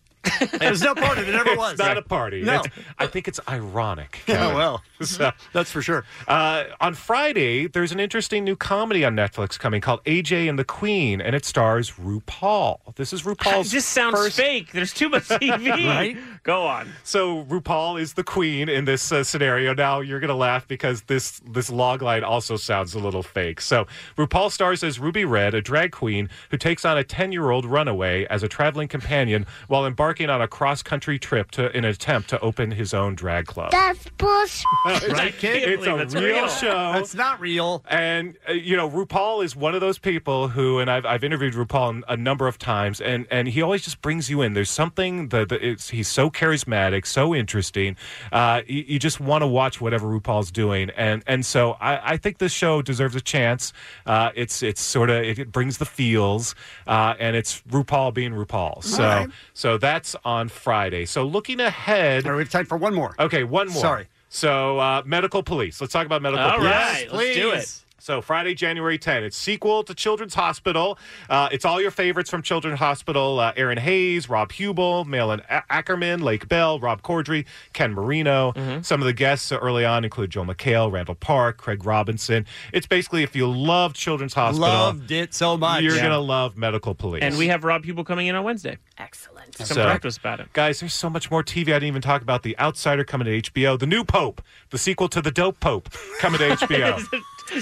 There's no party. There never was. <laughs> It's not a party. No. It's- I think it's ironic. <laughs> Yeah, Kevin. well, <laughs> So- that's for sure. Uh, on Friday, there's an interesting new comedy on Netflix coming called AJ and the Queen, and it stars RuPaul. This <laughs> is RuPaul's. This sounds fake. There's too <laughs> much TV. <laughs> Right? Go on. So RuPaul is the queen in this uh, scenario. Now you're gonna laugh because this this log line also sounds a little fake. So RuPaul stars as Ruby Red, a drag queen who takes on a 10 year old runaway as a traveling companion while embarking on a cross country trip to in an attempt to open his own drag club. That's bullshit. Right, kid? It's a real, show. That's not real. And uh, you know, RuPaul is one of those people who, and I've, I've interviewed RuPaul a number of times, and and he always just brings you in. There's something that that it's, he's so charismatic, so interesting. Uh, you, you just want to watch whatever RuPaul's doing, and and so I, I think this show deserves a chance. Uh, it's it's sort of it, it brings the feels, uh, and it's RuPaul being RuPaul. So right. so that's on Friday. So looking ahead, we have time for one more. Okay, one more. Sorry. So, uh, medical police. Let's talk about medical All police. right, let's do it. So Friday, January 10, it's sequel to Children's Hospital. Uh, it's all your favorites from Children's Hospital: uh, Aaron Hayes, Rob Hubel, Malin A- Ackerman, Lake Bell, Rob Cordry, Ken Marino. Mm-hmm. Some of the guests early on include Joel McHale, Randall Park, Craig Robinson. It's basically if you love Children's Hospital, Loved it so much. you're gonna love Medical Police. And we have Rob Pubel coming in on Wednesday. Excellent. Come talk to us about it. Guys, there's so much more TV. I didn't even talk about The Outsider coming to HBO, The New Pope, the sequel to The Dope Pope coming <laughs> to HBO.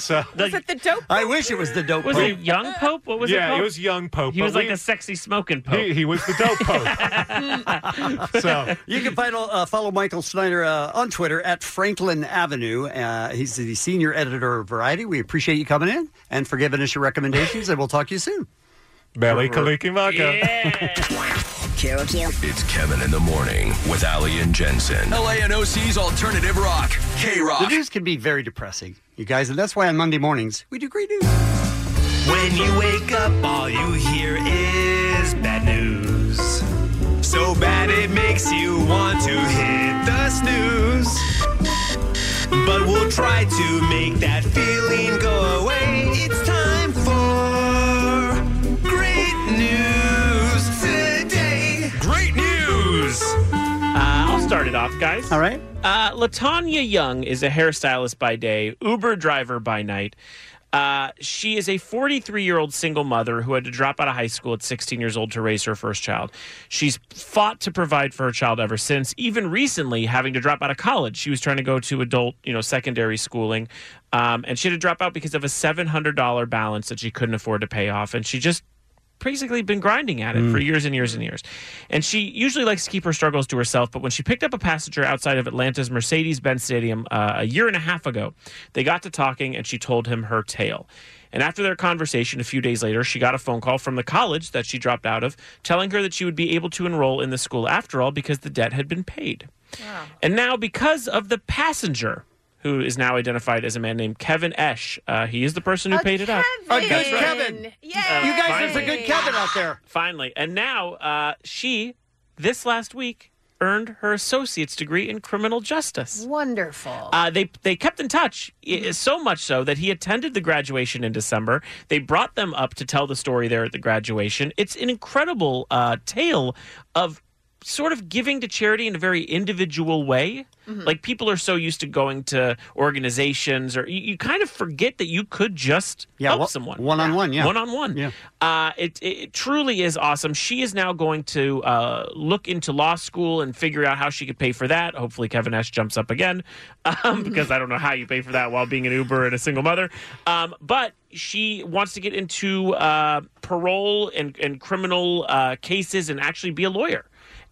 so, Was it the dope? I wish it was the dope. Was Pope. it young Pope? What was it yeah, called? it was Young Pope. He but was like we- a sexy smoking Pope. He, he was the Dope <laughs> Pope. <laughs> so- you can find, uh, follow Michael Snyder uh, on Twitter at Franklin Avenue. Uh, he's the senior editor of Variety. We appreciate you coming in and for giving us your recommendations, and we'll talk to you soon. Belly Kaliki Maka. It's Kevin in the morning with Ali and Jensen. LA and OC's alternative rock. K The Rock. news can be very depressing, you guys, and that's why on Monday mornings we do great news. When you wake up, all you hear is bad news. So bad it makes you want to hit the snooze. But we'll try to make that feeling go away. It's time for great news today. Great news! Uh, I'll start it off, guys. All right. Uh, Latanya Young is a hairstylist by day, Uber driver by night. Uh, she is a 43 year old single mother who had to drop out of high school at 16 years old to raise her first child. She's fought to provide for her child ever since, even recently having to drop out of college. She was trying to go to adult, you know, secondary schooling. Um, and she had to drop out because of a $700 balance that she couldn't afford to pay off. And she just basically been grinding at it Mm. for years and years and years. And she usually likes to keep her struggles to herself, but when she picked up a passenger outside of Atlanta's Mercedes Benz Stadium uh, a year and a half ago, they got to talking and she told him her tale. And after their conversation a few days later, she got a phone call from the college that she dropped out of telling her that she would be able to enroll in the school after all because the debt had been paid. Oh. And now, because of the passenger, who is now identified as a man named Kevin Esch, uh, he is the person Oh, who paid it up. A good That's right. Kevin. you guys, there's a good Kevin out there. Finally. And now uh, she, this last week, earned her associate's degree in criminal justice. Wonderful. Uh, they they kept in touch i- so much so that he attended the graduation in December. They brought them up to tell the story there at the graduation. It's an incredible uh, tale of sort of giving to charity in a very individual way. Mm-hmm. Like people are so used to going to organizations, or you, you kind of forget that you could just help one- someone one-on-one, yeah. one on one. Yeah. Uh, it, it truly is awesome. She is now going to uh, look into law school and figure out how she could pay for that. Hopefully, Kevin Ash jumps up again <laughs> <laughs> um, because I don't know how you pay for that while being an Uber and a single mother. Um, but she wants to get into uh, parole and, and criminal uh, cases and actually be a lawyer.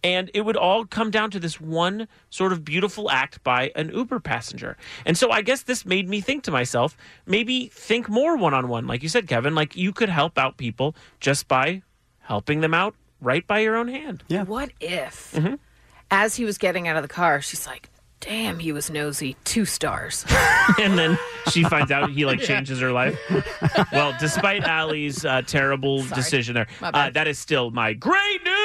And it would all come down to this one sort of beautiful act by an Uber passenger. And so I guess this made me think to myself, maybe think more one on one. Like you said, Kevin, like you could help out people just by helping them out right by your own hand. Mm-hmm. Yeah. What if, as he was getting out of the car, she's like, Damn, he was nosy. Two stars. <laughs> <laughs> and then she finds out he like Yeah. changes her life. Well, despite Allie's uh, terrible decision there, My uh, bad. that is still my great news.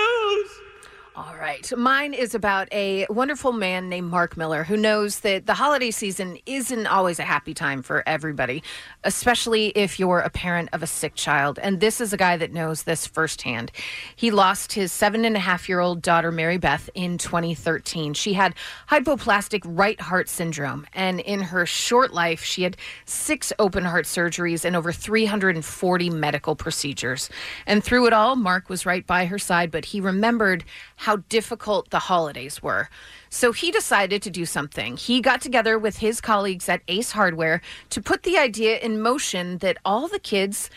All right. Mine is about a wonderful man named Mark Miller who knows that the holiday season isn't always a happy time for everybody, especially if you're a parent of a sick child. And this is a guy that knows this firsthand. He lost his seven and a half year old daughter, Mary Beth, in 2013. She had hypoplastic right heart syndrome. And in her short life, she had six open heart surgeries and over 340 medical procedures. And through it all, Mark was right by her side, but he remembered how difficult the holidays were. So he decided to do something. He got together with his colleagues at Ace Hardware to put the idea in motion that all the kids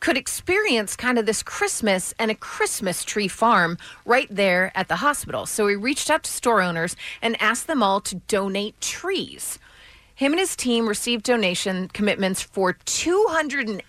could experience kind of this Christmas and a Christmas tree farm right there at the hospital. So he reached out to store owners and asked them all to donate trees. Him and his team received donation commitments for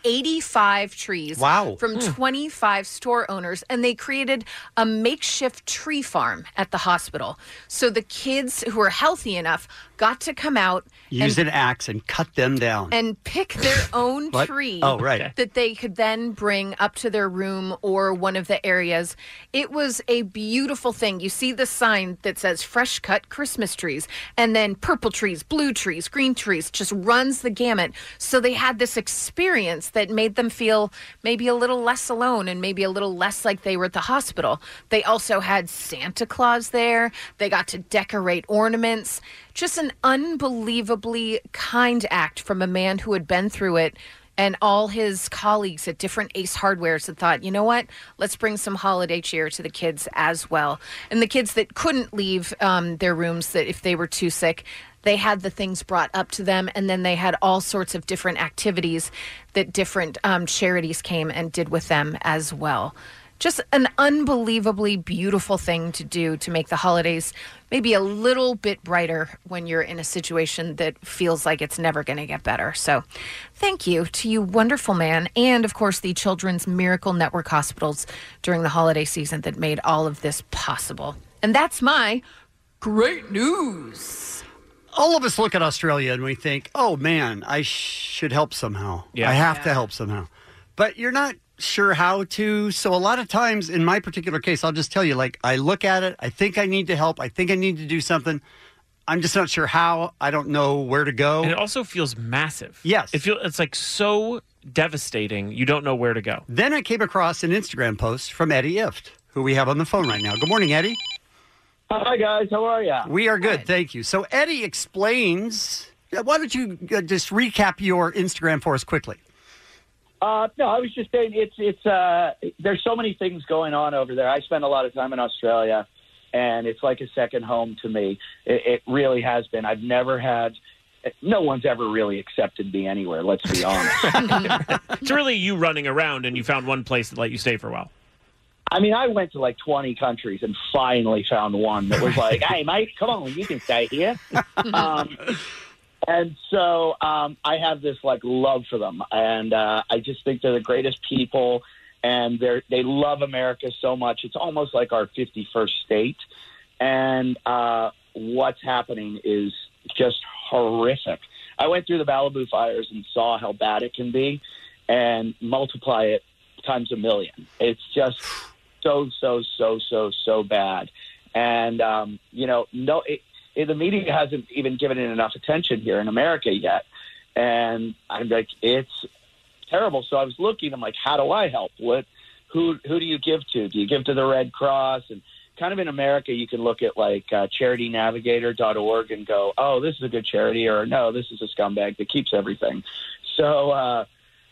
285 trees Wow. from Hmm. 25 store owners, and they created a makeshift tree farm at the hospital. So the kids who were healthy enough got to come out Use and an axe and cut them down. and pick their own What? tree Oh, right. that they could then bring up to their room or one of the areas. It was a beautiful thing. You see the sign that says fresh cut Christmas trees and then purple trees, blue trees, green trees, just runs the gamut. So they had this experience that made them feel maybe a little less alone and maybe a little less like they were at the hospital. They also had Santa Claus there. They got to decorate ornaments. Just an unbelievably kind act from a man who had been through it and all his colleagues at different Ace Hardwares had thought, you know what? Let's bring some holiday cheer to the kids as well. And the kids that couldn't leave um, their rooms, that if they were too sick, they had the things brought up to them, and then they had all sorts of different activities that different um, charities came and did with them as well. Just an unbelievably beautiful thing to do to make the holidays maybe a little bit brighter when you're in a situation that feels like it's never going to get better. So, Thank you to you, wonderful man, and of course the Children's Miracle Network hospitals during the holiday season that made all of this possible. And that's my great news. All of us look at Australia and we think, oh man, I should help somehow. Yeah. I have to help somehow. But you're not sure how to. So a lot of times in my particular case, I'll just tell you, like, I look at it, I think I need to help, I think I need to do something. I'm just not sure how. I don't know where to go. And it also feels massive. Yes. It feel, it's like so devastating. You don't know where to go. Then I came across an Instagram post from Eddie Ift, who we have on the phone right now. Good morning, Eddie. Hi guys, how are you? We are good, thank you. So Eddie explains. Why don't you uh, just recap your Instagram for us quickly? Uh, no, I was just saying it's it's uh, there's so many things going on over there. I spend a lot of time in Australia, and it's like a second home to me. It, it really has been. I've never had. No one's ever really accepted me anywhere. Let's be honest. It's really you running around and you found one place that let you stay for a while. I mean, I went to like 20 countries and finally found one that was like, hey, mate, come on, you can stay here. um, and so um, I have this like love for them. And uh, I just think they're the greatest people. And they're, they love America so much. It's almost like our 51st state. And uh, what's happening is just horrific. I went through the Malibu fires and saw how bad it can be and multiply it times a million. It's just so, so, so, so, so bad. And, um, you know, no, it, it, the media hasn't even given it enough attention here in America yet. And I'm like, it's terrible. So I was looking, I'm like, how do I help? What, who, who do you give to? Do you give to the Red Cross? And kind of in America, you can look at like uh, charitynavigator.org and go, oh, this is a good charity, or no, this is a scumbag that keeps everything. So, uh,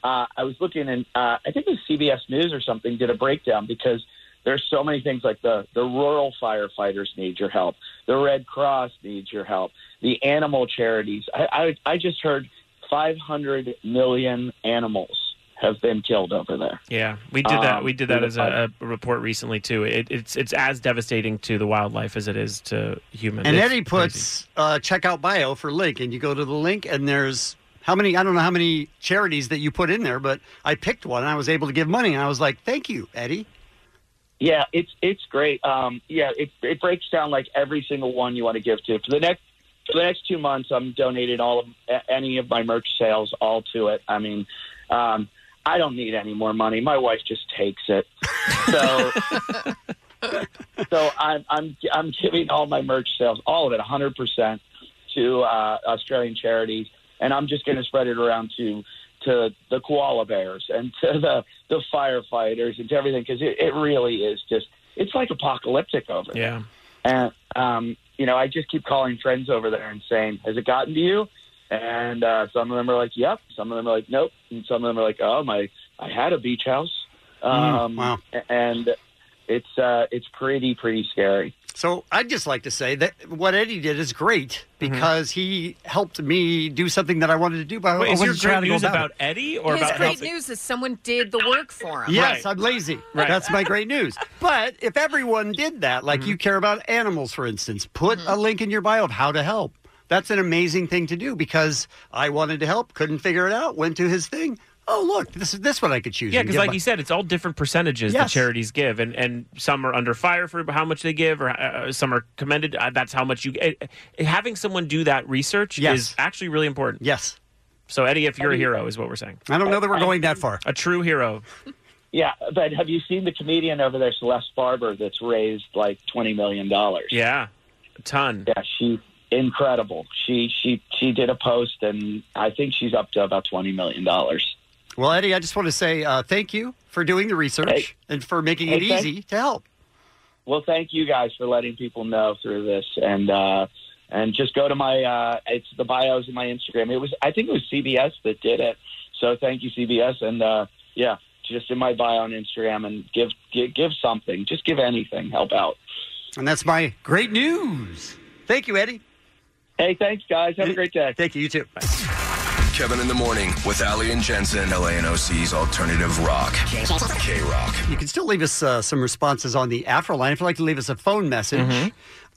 uh, I was looking, and uh, I think it was CBS News or something did a breakdown because there's so many things like the the rural firefighters need your help, the Red Cross needs your help, the animal charities. I I, I just heard 500 million animals have been killed over there. Yeah, we did that. Um, We did that through as the a, a report recently too. It, it's it's as devastating to the wildlife as it is to humans. And Eddie puts uh, check out bio for link, and you go to the link, and there's how many? I don't know how many charities that you put in there, but I picked one, and I was able to give money, and I was like, "Thank you, Eddie." Yeah, it's it's great. Um, yeah, it it breaks down like every single one you want to give to. For the next for the next two months, I'm donating all of a- any of my merch sales all to it. I mean, um, I don't need any more money. My wife just takes it. So, <laughs> so I'm I'm I'm giving all my merch sales, all of it, 100 percent to uh, Australian charities, and I'm just going to spread it around to to the koala bears and to the the firefighters and to everything because it, it really is just it's like apocalyptic over there. Yeah. And um, you know, I just keep calling friends over there and saying, "Has it gotten to you?" And uh, some of them are like, "Yep." Some of them are like, "Nope." And some of them are like, "Oh my, I had a beach house." Um, wow. And it's uh, it's pretty pretty scary. So I'd just like to say that what Eddie did is great Mm-hmm. because he helped me do something that I wanted to do. But I Wait, is wasn't your sure how great to go news about, about it. Eddie or His about great helping? news is someone did the work for him. Yes, I'm lazy. Right. That's my great news. But if everyone did that, like Mm-hmm. you care about animals, for instance, put a link in your bio of how to help. That's an amazing thing to do because I wanted to help, couldn't figure it out, went to his thing. Oh, look, this is this one I could choose. Yeah, and because give like my- you said, it's all different percentages the Yes. charities give, and and some are under fire for how much they give, or uh, some are commended. Uh, that's how much you. Uh, having someone do that research Yes. is actually really important. Yes. So Eddie, if you're a hero, is what we're saying. I don't know that we're going that far. A true hero. Yeah, but have you seen the comedian over there, Celeste Barber, that's raised like twenty million dollars? Yeah, a ton. Yeah, she incredible. She she she did a post, and I think she's up to about twenty million dollars. Well, Eddie, I just want to say uh, thank you for doing the research Hey. and for making it Hey, thank- easy to help. Well, thank you guys for letting people know through this, and uh, and just go to my uh, it's the bios in my Instagram. It was I think it was CBS that did it, so thank you CBS, and uh, yeah, just in my bio on Instagram and give give, give something, just give anything, help out. And that's my great news. Thank you, Eddie. Hey, thanks, guys. Have a great day. Thank you. You too. Kevin in the Morning with Ali and Jensen, LANOC's alternative rock. K Rock. You can still leave us uh, some responses on the Afro line if you'd like to leave us a phone message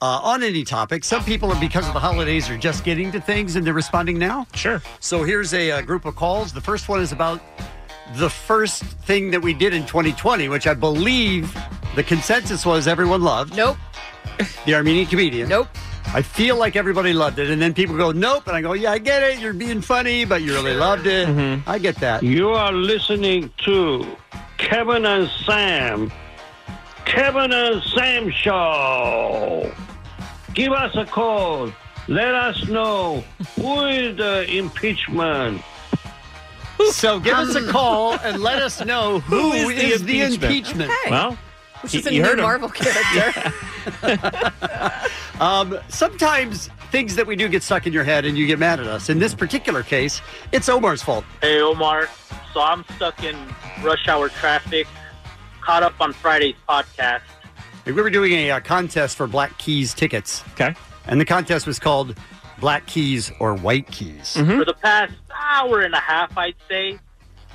uh, on any topic. Some people, are, because of the holidays, are just getting to things and they're responding now. Sure. So here's a, uh group of calls. The first one is about the first thing that we did in 2020, which I believe the consensus was everyone loved. Nope. The Armenian comedian. Nope. I feel like everybody loved it. And then people go, nope. And I go, yeah, I get it. You're being funny, but you really loved it. I get that. You are listening to Kevin and Sam. Kevin and Sam Show. Give us a call. Let us know who is the impeachment. So give us Um, a call and let us know who is the impeachment. Okay. which he- is a you new heard him. <laughs> Marvel character. <laughs> Um, sometimes things that we do get stuck in your head and you get mad at us. In this particular case, it's Omar's fault. Hey, Omar. So I'm stuck in rush hour traffic, caught up on Friday's podcast. We were doing a, uh contest for Black Keys tickets. Okay. And the contest was called Black Keys or White Keys. Mm-hmm. For the past hour and a half, I'd say,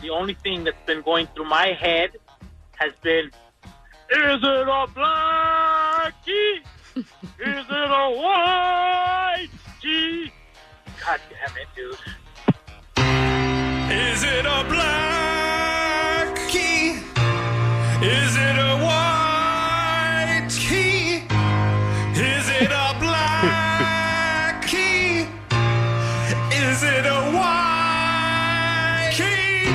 the only thing that's been going through my head has been Is it a black key? Is it a white key? God damn it, dude. Is it a black key? Is it a white key? Is it a black key? Is it a white key?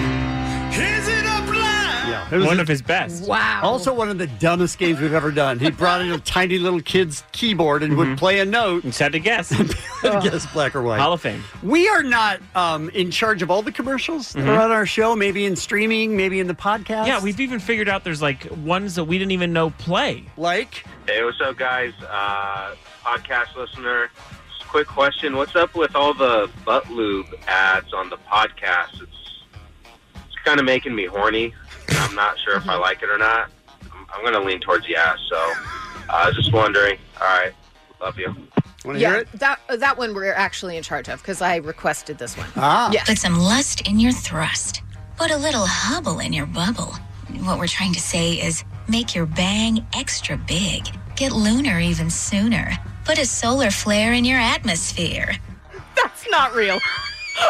Is it a black? Yeah, One of his best. Wow. Also, one of the dumbest games we've ever done. He brought in a tiny little kid's keyboard and would play a note. Mm-hmm. And had to <laughs> guess. guess black or white. Hall of Fame. We are not um, in charge of all the commercials that Mhm. are Mm-hmm. on our show, maybe in streaming, maybe in the podcast. Yeah, we've even figured out there's like ones that we didn't even know play. Like Hey, what's up, guys? Uh, podcast listener. Just a quick question: What's up with all the butt lube ads on the podcast? It's it's kind of making me horny. and I'm not sure if I like it or not. I'm, I'm going to lean towards yes. So, uh, just wondering. All right, love you. Want yeah, that uh, that one we're actually in charge of because I requested this one. Yeah. Put some lust in your thrust. Put a little hubble in your bubble. What we're trying to say is make your bang extra big. Get lunar even sooner. Put a solar flare in your atmosphere. <laughs> That's not real.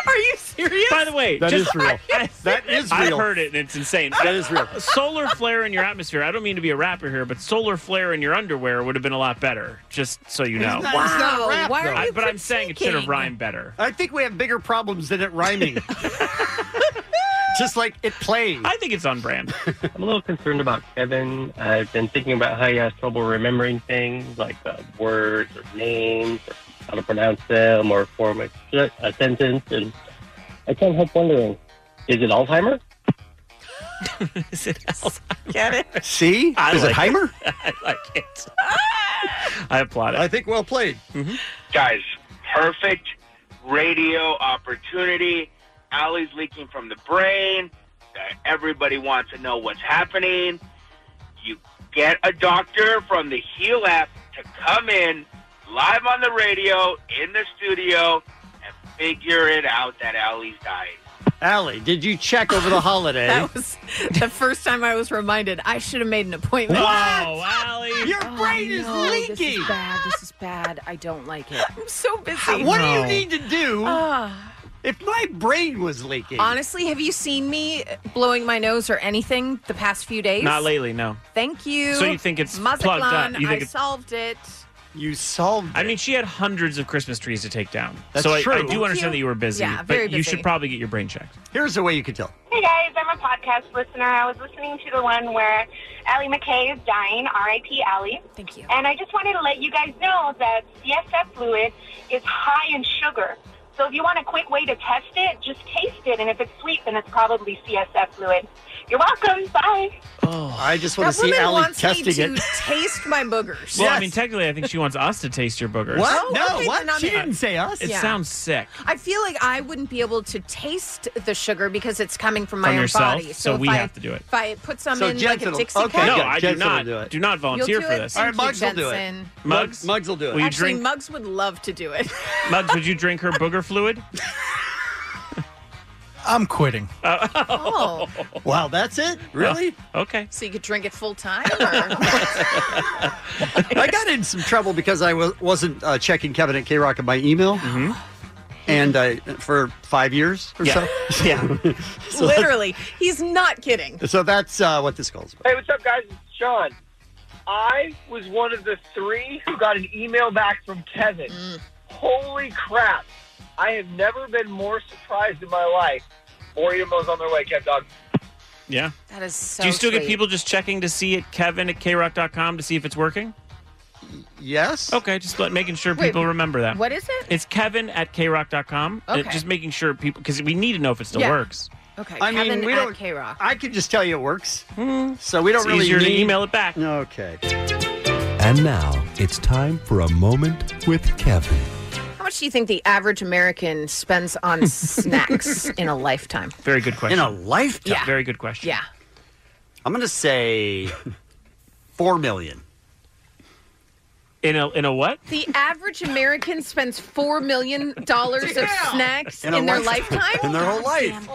Are you serious? By the way, That just, is <laughs> real. That is I real. heard it and it's insane. That is real. <laughs> Solar flare in your atmosphere. I don't mean to be a rapper here, but solar flare in your underwear would have been a lot better. Just so you know. not- it's not a Wow, rap, why are though. you I- but I'm saying it should have critiquing? rhymed better. I think we have bigger problems than it rhyming. <laughs> Just like it playing. I think it's on <laughs> brand. I'm a little concerned about Kevin. I've been thinking about how he has trouble remembering things like uh, words or names, or how to pronounce them, or form a, a sentence. And I can't help wondering is it Alzheimer? <laughs> is it Alzheimer? Get it? See? I Is it like Heimer? <laughs> I like it. I applaud it. I think well played. Guys, perfect radio opportunity. Alley's leaking from the brain. Uh, Everybody wants to know what's happening. You get a doctor from the Heal app to come in live on the radio in the studio and figure it out that Alley's dying. Allie, did you check <laughs> over the holiday? That was the first time I was reminded I should have made an appointment. Oh, Wow, Allie. Your brain is no, This leaking. is bad. This is bad. I don't like it. I'm so busy. what do you need to do if my brain was leaking? Ah. Honestly, have you seen me blowing my nose or anything the past few days? Not lately, no. Thank you. So you think it's plugged up. Mazatlan, You think I it's- solved it. You solved. I mean, she had hundreds of Christmas trees to take down. That's so I, true. I Thank do understand you. that you were busy, Yeah, very but you busy. should probably get your brain checked. Here's the way you could tell. Hey guys, I'm a podcast listener. I was listening to the one where Allie McKay is dying, R.I.P. Allie. Thank you. And I just wanted to let you guys know that CSF fluid is high in sugar. So if you want a quick way to test it, just taste it. And if it's sweet, then it's probably CSF fluid. You're welcome. Bye. Oh, I just want to that see woman Allie wants me testing to it. <laughs> <laughs> taste my boogers. Well, I mean, technically, I think she wants us to taste your boogers. What? Oh, no, okay, then I'm what? She in. didn't say us. It Yeah. sounds sick. I feel like I wouldn't be able to taste the sugar because it's coming from my From own yourself, body. so if we I, have to do it. If I put some So in like Jensen a will- Dixie okay, cup, no, good. I do Jensen will not. do it. do not volunteer do for it? this. Thank All right, you, Muggs will do it. Jensen. Mugs, Mugs will do it. Will you actually, drink? Muggs would love to do it. Mugs, would you drink her booger <laughs> fluid? I'm quitting. <laughs> oh, Wow, that's it? <laughs> Really? okay. so you could drink it full time. Or... I got in some trouble because I was, wasn't uh, checking Kevin at K Rock in my <gasps> email. And I, for five years or Mm-hmm. <laughs> <laughs> Yeah. so. Yeah. So that's- Literally, he's not kidding. So that's uh, what this calls. Hey, what's up, guys? It's Sean. I was one of the three who got an email back from Kevin. Mm. Holy crap! I have never been more surprised in my life. More emails on their way, Kev Dog. Yeah. That is so. do you still get sweet. people just checking to see it, Kevin at krock.com to see if it's working? Yes. Okay, just let, making sure Wait, people remember that. What is it? It's Kevin at krock.com. Uh, Okay. Just making sure people, because we need to know if it still Yeah. works. Okay, I mean, Kevin we at don't- K Rock. I can just tell you it works. So we Hmm. don't It's really easier to need- email it back. Okay. And now it's time for a moment with Kevin. How much do you think the average American spends <laughs> on snacks in a lifetime? Very good question. In a lifetime. Yeah. Very good question. Yeah. I'm going to say 4 million. In a, in a what? The average American spends four million dollars of snacks in, their lifetime. In their whole life.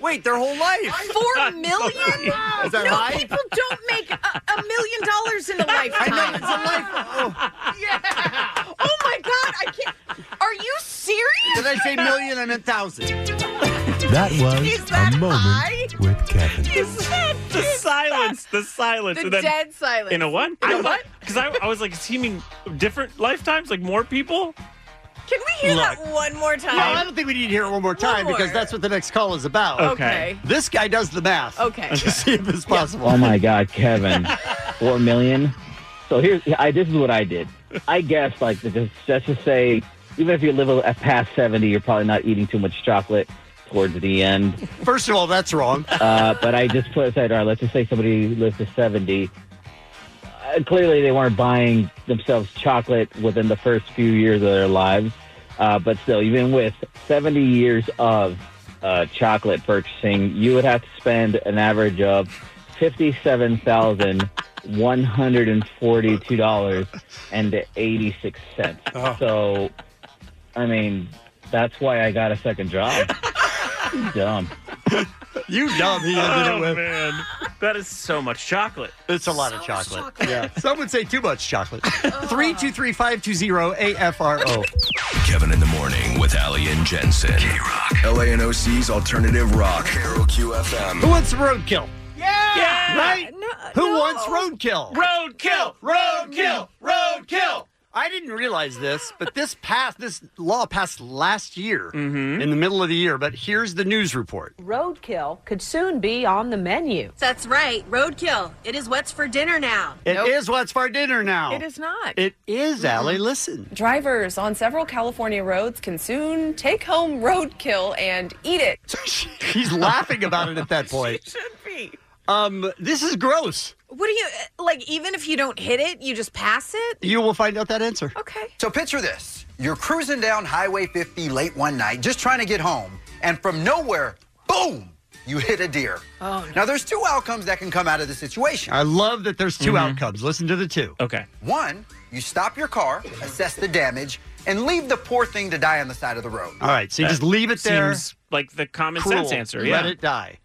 Wait, their whole life. <laughs> Four million? <laughs> Is that no, high? people don't make a, a million dollars in a lifetime. I know, it's a life. Oh. Yeah. Oh my God! I can't. Are you serious? Did I say million? I meant thousand. <laughs> That was Is that a moment high? with Kevin. <laughs> Is that The silence. The silence. The and then, dead silence. In a what? In a what? Because I, I was like, does he mean different lifetimes? Like more people? Can we hear that one more time? No, I don't think we need to hear it one more time because that's what the next call is about. Okay. Okay. This guy does the math. Okay. <laughs> To <laughs> see if it's possible. Oh my God, <laughs> Kevin, four million. So here's I, this is what I did. I guess like just, let's just say even if you live a- past seventy, you're probably not eating too much chocolate towards the end. First of all, that's wrong. Uh, but I just put aside. All right, let's just say somebody lives to seventy. Uh, clearly, they weren't buying themselves chocolate within the first few years of their lives. Uh, but still, even with seventy years of uh, chocolate purchasing, you would have to spend an average of fifty-seven thousand one hundred and forty-two dollars and eighty-six cents. Oh. So, <laughs> I mean, that's why I got a second job. Dumb. You dumb. He ended Oh, it with. man. That is so much chocolate. It's a lot of So much chocolate. Yeah. Some would say too much chocolate. 323-520 AFRO. Kevin in the morning with Ali and Jensen. K Rock. LANOC's alternative rock. Carol QFM. Who wants roadkill? Yeah. Right? Who wants roadkill? Roadkill! Roadkill! Roadkill! I didn't realize this, but this passed. This law passed last year in the middle of the year. But here's the news report. Roadkill could soon be on the menu. That's right, roadkill. It is what's for dinner now. It is what's for dinner now. It is not. It is, Allie. Listen. Drivers on several California roads can soon take home roadkill and eat it. He's laughing about it at that point. Um, this is gross. What do you uh, like? Even if you don't hit it, you just pass it. You will find out that answer. Okay. So picture this. You're cruising down Highway 50 late one night, just trying to get home, and from nowhere, boom, you hit a deer. Oh, Now there's two outcomes that can come out of the situation. I love that there's 2 outcomes. Listen to the two. Okay. One, you stop your car, assess the damage, and leave the poor thing to die on the side of the road. All right. So you That just leave it there. seems like the common sense Cruel. answer. Let Yeah. it die.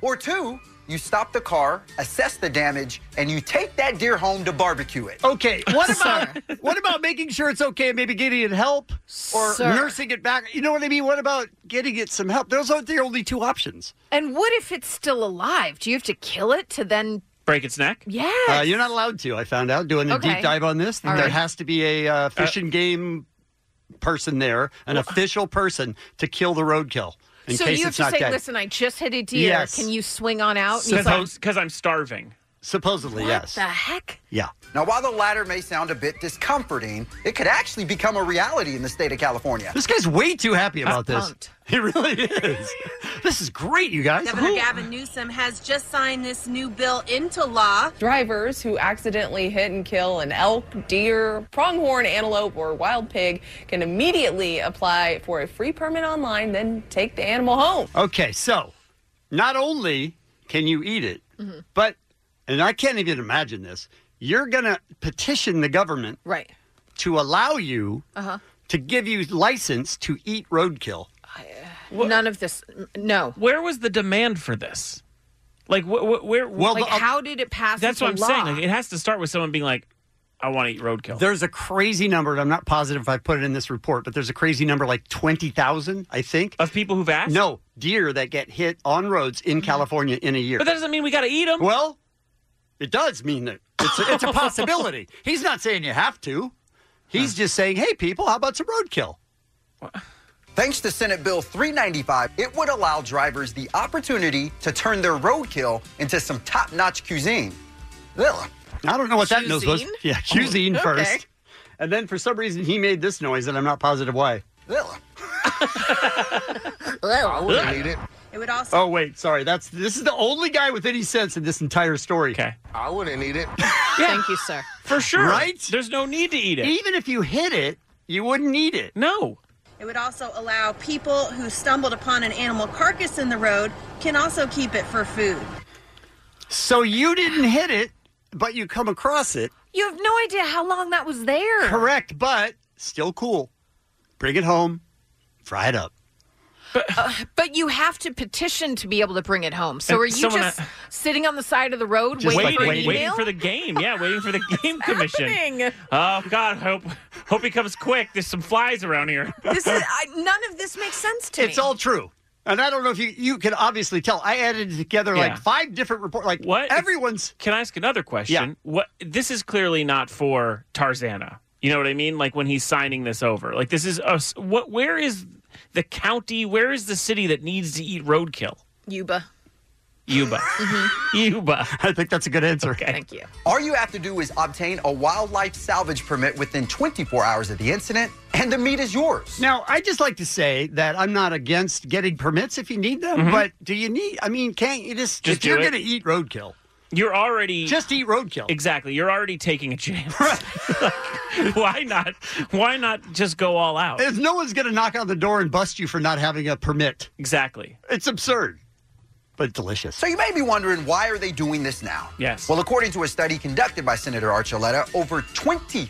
Or two, you stop the car, assess the damage, and you take that deer home to barbecue it. Okay, <laughs> <laughs> what about what about making sure it's okay and maybe getting it help or Sir. nursing it back? You know what I mean? What about getting it some help? Those are the only two options. And what if it's still alive? Do you have to kill it to then? Break its neck? Yeah. Uh, you're not allowed to. I found out doing a Okay. deep dive on this. All there right. has to be a uh, fish and game person there, an official person to kill the roadkill in so case you have it's to not say, dead. "Listen, I just hit a deer. Yes. Can you swing on out?" And he's like, Because I'm starving. Supposedly, yes. the heck? Yeah. Now, while the latter may sound a bit discomforting, it could actually become a reality in the state of California. This guy's way too happy I'm about this. pumped. <laughs> He really is. <laughs> this is great, you guys. Governor Gavin Newsom has just signed this new bill into law. Drivers who accidentally hit and kill an elk, deer, pronghorn, antelope, or wild pig can immediately apply for a free permit online, then take the animal home. Okay, so not only can you eat it, but and I can't even imagine this. You're gonna petition the government right to allow you Uh-huh. to give you license to eat roadkill. uh, None of this. No. Where was the demand for this? Like, wh- wh- where? like, how did it uh, pass? That's into what I'm law? saying. Like, it has to start with someone being like, I want to eat roadkill. There's a crazy number, and I'm not positive if I put it in this report, but there's a crazy number like 20,000, I think. Of people who've asked? No, deer that get hit on roads Mm-hmm. in California in a year. But that doesn't mean we got to eat them. Well, it does mean that it's a, it's <laughs> a possibility. He's not saying you have to. He's just saying, hey, people, how about some roadkill? Thanks to Senate Bill 395, it would allow drivers the opportunity to turn their roadkill into some top notch cuisine. Ugh. I don't know what that noise was. Cuisine? Yeah, cuisine Okay. first. And then for some reason, he made this noise, and I'm not positive why. I wouldn't eat it. It would also Oh, wait, sorry. That's This is the only guy with any sense in this entire story. Okay. I wouldn't eat it. <laughs> Thank you, sir. For sure. Right? There's no need to eat it. Even if you hit it, you wouldn't eat it. No. It would also allow people who stumbled upon an animal carcass in the road can also keep it for food. So you didn't hit it, but you come across it. You have no idea how long that was there. Correct, but still cool. Bring it home, fry it up. Uh, But you have to petition to be able to bring it home. So And are you someone just that- sitting on the side of the road Just waiting waiting, for an waiting, email? for the game. Yeah, waiting <laughs> for the game commission. happening? Oh God, hope hope he comes quick. There's some flies around here. This is I, none of this makes sense to me. It's all true. And I don't know if you you can obviously tell. I added together Yeah. like five different reports. Like What? everyone's. Can I ask another question? What this is clearly not for Tarzana. You know what I mean? Like when he's signing this over. Like this is us. What? Where is the county? Where is the city that needs to eat roadkill? Yuba. <laughs> Mm-hmm. Yuba. Mm-hmm. Yuba. <laughs> I think that's a good answer. Thank you. All you have to do is obtain a wildlife salvage permit within 24 hours of the incident, and the meat is yours. Now I just like to say that I'm not against getting permits if you need them, Mhm. but do you need? I mean, can't you just, Mm-hmm. Just if do you're it. going to eat roadkill? You're already just eat roadkill. Exactly. You're already taking a <laughs> chance. Like, <laughs> why not? Why not just go all out? If no one's going to knock on the door and bust you for not having a permit, exactly. It's absurd. but delicious. So you may be wondering why are they doing this now? Yes. Well, according to a study conducted by Senator Archuleta, over 20,000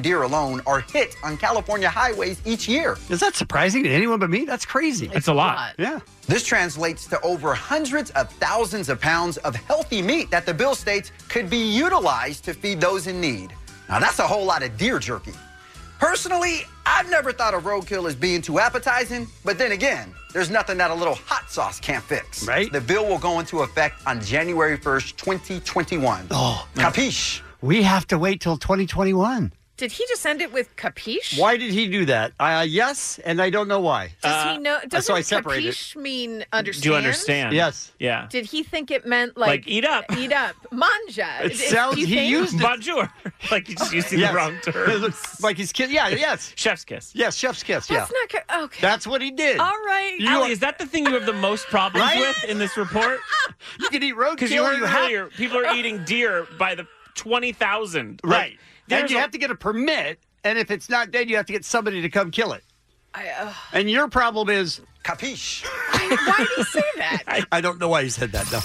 deer alone are hit on California highways each year. Is that surprising to anyone but me? That's crazy. It's a lot. Yeah. This translates to over hundreds of thousands of pounds of healthy meat that the bill states could be utilized to feed those in need. Now, that's a whole lot of deer jerky. Personally, I've never thought of roadkill as being too appetizing, but then again, there's nothing that a little hot sauce can't fix. Right? The bill will go into effect on January 1st, 2021. Oh, capiche. We have to wait till 2021. Did he just end it with capiche? Why did he do that? Uh, yes, and I don't know why. Does he know? Uh, Doesn't so I separated. capiche mean understand? Do you understand? Yes. Yeah. Did he think it meant like, Like, eat up. eat up, manja? It Is- sounds- do you he think- used it. Bonjour. <laughs> Like he's using <laughs> Yes. the wrong <laughs> term. like he's kidding. Yeah, yes. Chef's kiss. <laughs> Yes, chef's kiss. That's yeah. not ca- <laughs> okay. That's what he did. All right. Oh, You is that the thing you have the most problems Right? with in this report? <laughs> you can eat roadkill. <laughs> Because you heard or you have- earlier, people are eating deer by the twenty thousand. Right. Then you have to get a permit, and if it's not dead, you have to get somebody to come kill it. I, uh, And your problem is capiche. why did he say that? <laughs> I, I don't know why he said that. No.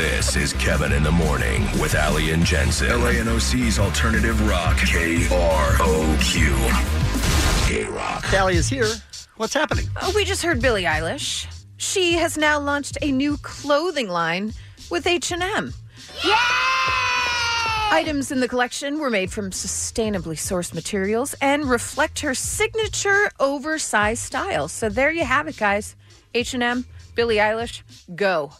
This is Kevin in the Morning with Ali and Jensen. LANOC's Alternative Rock. K R O Q. K Rock. Callie is here. What's happening? Oh, we just heard Billie Eilish. She has now launched a new clothing line with H&M. Items in the collection were made from sustainably sourced materials and reflect her signature oversized style. So there you have it, guys. H&M, Billie Eilish, go.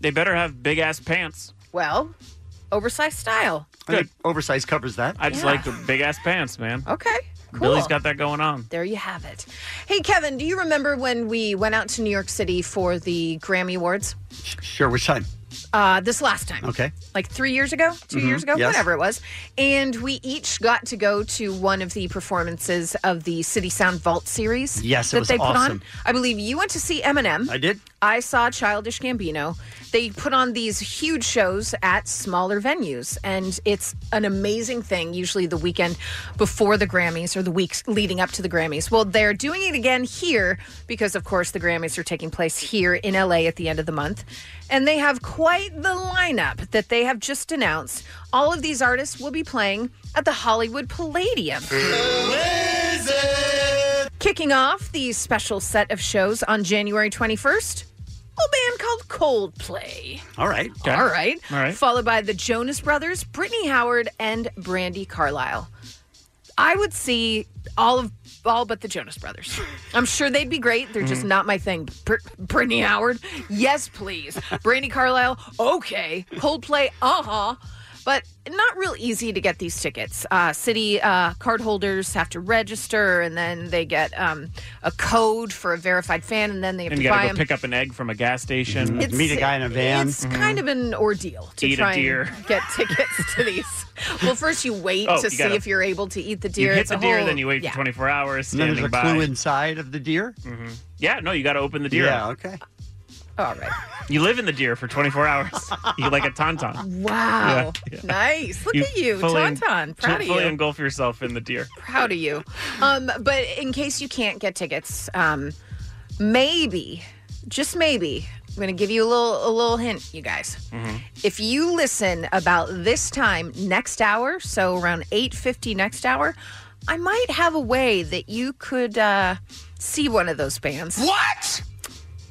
They better have big ass pants. Well, oversized style. I think oversized covers that. I just Yeah. like the big ass pants, man. Okay, cool. Billy's got that going on. There you have it. Hey, Kevin, do you remember when we went out to New York City for the Grammy Awards? Sure, which time? Uh, this last time. Okay. like three years ago, 2 Mhm, years ago, yes. whatever it was. And we each got to go to one of the performances of the City Sound Vault series. Yes, it that was they put on. awesome. I believe you went to see Eminem. I did. I saw Childish Gambino. They put on these huge shows at smaller venues, and it's an amazing thing. Usually the weekend before the Grammys or the weeks leading up to the Grammys. Well, they're doing it again here because, of course, the Grammys are taking place here in LA at the end of the month. And they have quite the lineup that they have just announced. All of these artists will be playing at the Hollywood Palladium. Kicking off the special set of shows on January 21st, a band called Coldplay. All right. All right. All right. Followed by the Jonas Brothers, Brittany Howard, and Brandy Carlisle. I would see all of all but the <laughs> Jonas Brothers. I'm sure they'd be great. They're just Mm-hmm. Mhm. not my thing. Br- Brittany Howard, yes, please. Brandy Carlisle, okay. Coldplay, uh huh. But not real easy to get these tickets. Uh, city uh, card holders have to register, and then they get um, a code for a verified fan, and then they have And to you buy gotta them. go pick up an egg from a gas Mm-hmm. station. It's- It's kind of an ordeal to Mm-hmm. Eat a try deer. and get <laughs> tickets to these. Well, first you wait Oh, to you see gotta- if you're able to eat the Mm-hmm. you deer. hit It's the a deer, whole- then you wait yeah. for 24 hours. And then there's Standing a by. Mm-hmm. clue inside of the deer. Yeah, no, you got to open the deer. Yeah, okay. <laughs> All right. You live in the deer for 24 hours. <laughs> you like a tauntaun. Wow. Yeah, yeah. Nice. Look at you, fully- Tauntaun. Proud of fully you. engulf yourself in the deer. Proud of you. Um, but in case you can't get tickets, um, maybe, just maybe, I'm going to give you a little a little hint, you guys. If you listen about this time next hour, so around 8:50 next hour, I might have a way that you could uh, see one of those bands. What?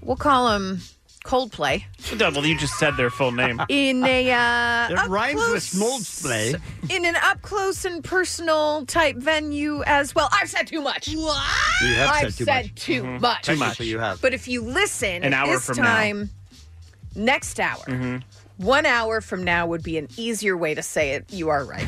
We'll call them Coldplay Double, you just said their full <laughs> name. in a uh, It up rhymes with close- Smoldplay. in an up close and personal type venue as well. I've said too much. What? You have I've said too said much. too Mhm. much. Too much. You have. But if you listen An at hour this from now. time, next hour, one hour from now would be an easier way to say it. You are right.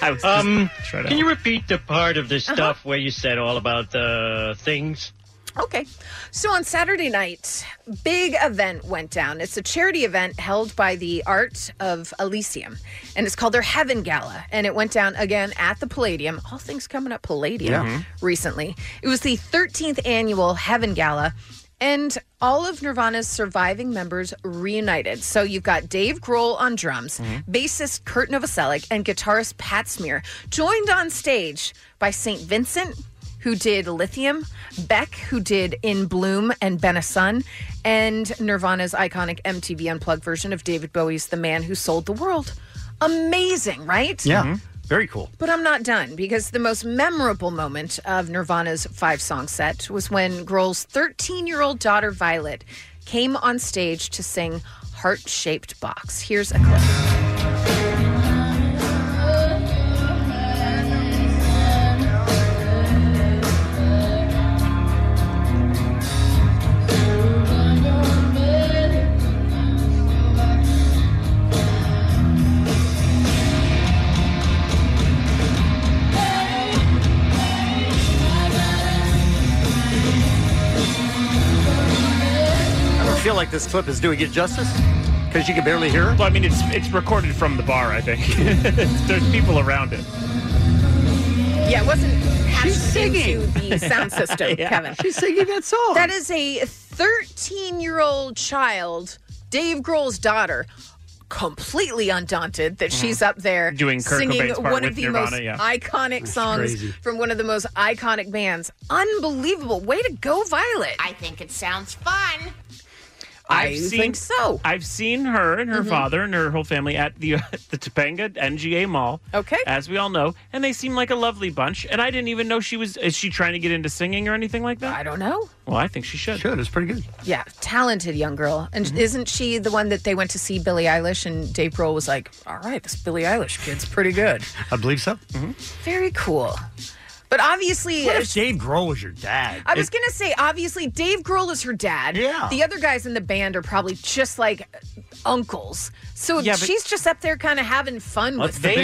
I was um, try to can you repeat the part of this Uh-huh. stuff where you said all about the things? Okay. So on Saturday night, big event went down. It's a charity event held by the Art of Elysium, and it's called their Heaven Gala. And it went down again at the Palladium. All things coming up Palladium Yeah. Mhm. recently. It was the 13th annual Heaven Gala. And all of Nirvana's surviving members reunited. So you've got Dave Grohl on drums, bassist Kurt Novoselic, and guitarist Pat Smear, joined on stage by St. Vincent, who did Lithium, Beck, who did In Bloom and Ben a Sun, and Nirvana's iconic MTV Unplugged version of David Bowie's The Man Who Sold the World. Amazing, right? Yeah. Mm-hmm. Very cool. But I'm not done because the most memorable moment of Nirvana's five song set was when Grohl's 13 year old daughter Violet came on stage to sing Heart Shaped Box. Here's a clip. I don't feel like this clip is doing it justice because you can barely hear it. Well, I mean, it's it's recorded from the bar. I think <laughs> there's people around it. Yeah, it wasn't patched singing. into the sound system, <laughs> Yeah. Kevin. She's singing that song. That is a 13 year old child, Dave Grohl's daughter, completely undaunted that Mhm. she's up there Doing Kurt singing Cobain's part one of with the Nirvana, most yeah. iconic songs crazy. from one of the most iconic bands. Unbelievable. Way to go, Violet. I think it sounds fun. I think so. I've seen her and her Mhm. father and her whole family at the <laughs> the Topanga NGA Mall. Okay. as we all know, and they seem like a lovely bunch. And I didn't even know she was. Is she trying to get into singing or anything like that? I don't know. Well, I think she should. Should it's pretty good. Yeah, talented young girl. And Mm-hmm. isn't she the one that they went to see Billie Eilish and Dave Grohl was like, all right, this Billie Eilish kid's pretty good. I believe so. Mm-hmm. Very cool. But obviously, What if Dave Grohl was your dad? I was going to say, obviously, Dave Grohl is her dad. Yeah. The other guys in the band are probably just like uncles. So Yeah, but- she's just up there kind of having fun with family.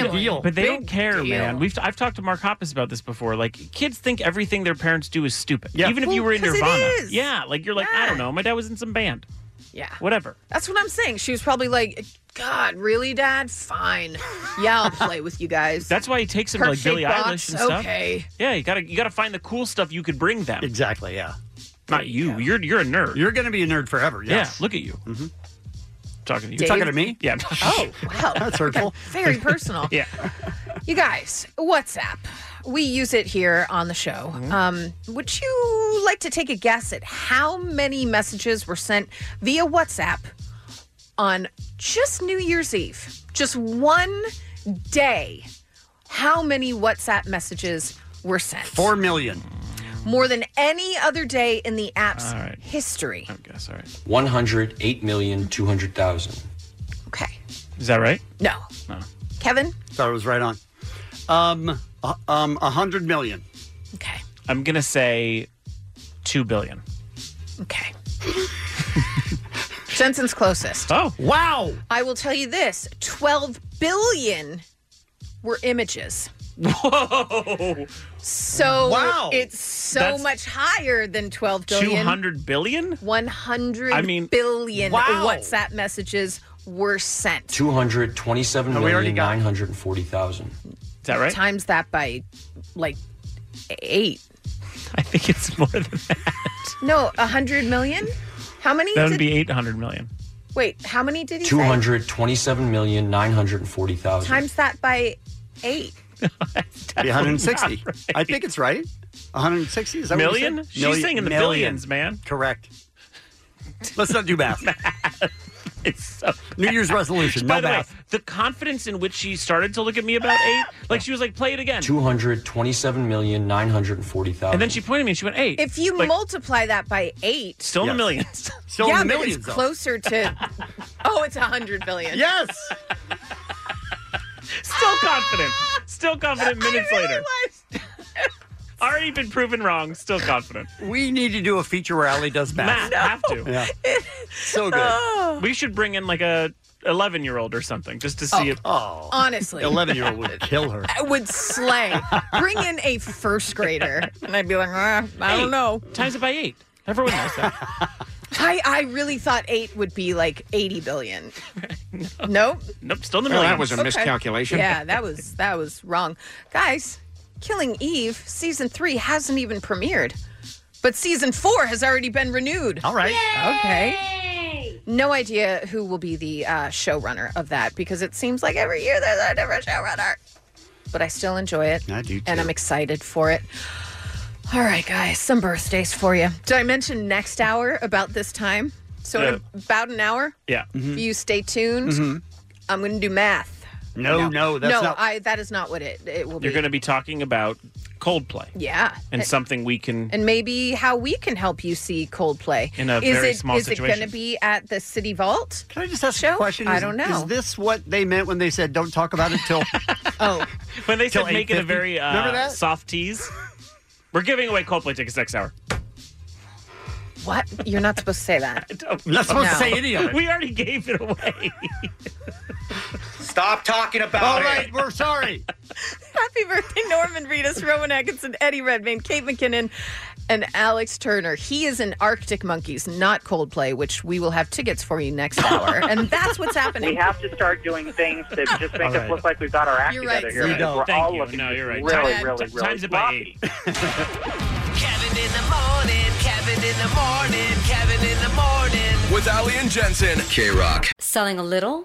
But they Big don't care, deal. man. We've I've talked to Mark Hoppus about this before. Like kids think everything their parents do is stupid. Yeah. Even if Well, you were in 'cause it Nirvana. is. Yeah. Like you're like, I don't know. My dad was in some band. Yeah. Whatever. That's what I'm saying. She was probably like, God, really, Dad? Fine. Yeah, I'll play with you guys. That's why he takes him to like Heart-shaped Billie box, Eilish and stuff. okay. Yeah, you gotta you gotta find the cool stuff you could bring them. Exactly, yeah. Not you. You're you're a nerd. You're gonna be a nerd forever, yes. Mm-hmm. Yeah, look at you. Talking to you. You're talking to me? Yeah. <laughs> Oh, <laughs> wow. That's hurtful. <laughs> Very personal. yeah. You guys, WhatsApp. We use it here on the show. Mm-hmm. Um, would you like to take a guess at how many messages were sent via WhatsApp on just New Year's Eve? Just one day. How many WhatsApp messages were sent? Four million. More than any other day in the app's All right. history. Okay, sorry. 108,200,000. Okay. Is that right? No. No. Kevin? Thought it was right on. Um, uh, um, a hundred million. Okay. I'm gonna say two billion. Okay. Jensen's closest. Oh. Wow. I will tell you this 12 billion were images. Whoa. So Wow. it's so That's- much higher than 12 billion. 200 billion? 100 I mean- billion Wow. WhatsApp messages were sent. 227,940,000. Is that right? Times that by like eight. I think it's more than No, 100 million? How many? That would did- be- 800 million. Wait, how many did he say? 227,940,000. Times that by eight. Be <laughs> 160. I think it's right. 160 is that what you Million? said? She's saying in the billions, man. Correct. Let's not do <laughs> math. it's so New Year's resolution. By No the math. way, the confidence in which she started to look at me about eight, like she was like, play it again. 227,940,000. And then she pointed at me and she went, eight. If you Like, multiply that by eight, Still in the <laughs> millions. yeah, but it's <laughs> closer to. oh, it's a hundred billion. Yes. Still confident. Still confident <laughs> minutes later. <laughs> Already been proven wrong. Still confident. We need to do a feature where Ali does math. Matt, have to. <laughs> Yeah. So good. We should bring in like a 11 year old or something just to see Oh. if. Oh. <laughs> Honestly. 11 year old would kill her. I would slay. uh, Bring in a first grader, and I'd be like, "Ah, I Eight. don't know. Times it by eight. Everyone knows that. <laughs> I, I really thought eight would be like <laughs> eighty billion. Nope. Nope, still in the Well, millions. that was a Okay. miscalculation. Yeah, that was that was wrong, guys. Killing Eve season three hasn't even premiered, but season four has already been renewed. All right. Okay. No idea who will be the uh, showrunner of that because it seems like every year there's a different showrunner. But I still enjoy it. I do And I'm excited for it. All right, guys, some birthdays for you. Did I mention next hour about this time? So in about an hour, Yeah. if you stay tuned, Mhm. I'm going to do math. No, no, that's no, not- I that is not what it it will You're be. going to be talking about Coldplay yeah, and something we can. and maybe how we can help you see Coldplay In a is very it, small is it going situation. to be at the City Vault? Can I just ask show? a question? I Is- don't know. Is this what they meant when they said don't talk about it <laughs> till oh when they Till said make it a 8:50? very Remember uh, that? soft tease. <laughs> We're giving away Coldplay tickets next hour. What? You're not supposed to <laughs> say that. I'm not supposed to say any of it. We already gave it away. Stop talking about All it. right, we're sorry. <laughs> Happy birthday, Norman Reedus, Rowan Atkinson, Eddie Redmayne, Kate McKinnon, and Alex Turner. He is in Arctic Monkeys, not Coldplay, which we will have tickets for you <laughs> next hour. and that's what's happening. We have to start doing things to just make All right. us look like we've got our act You're together right, here. We because don't. We're Thank all you. looking No, you're right. Really, Time- really, t- really times it by sloppy. Kevin in the morning, Kevin in the morning, Kevin in the morning. With Ali and Jensen. K Rock. Selling a little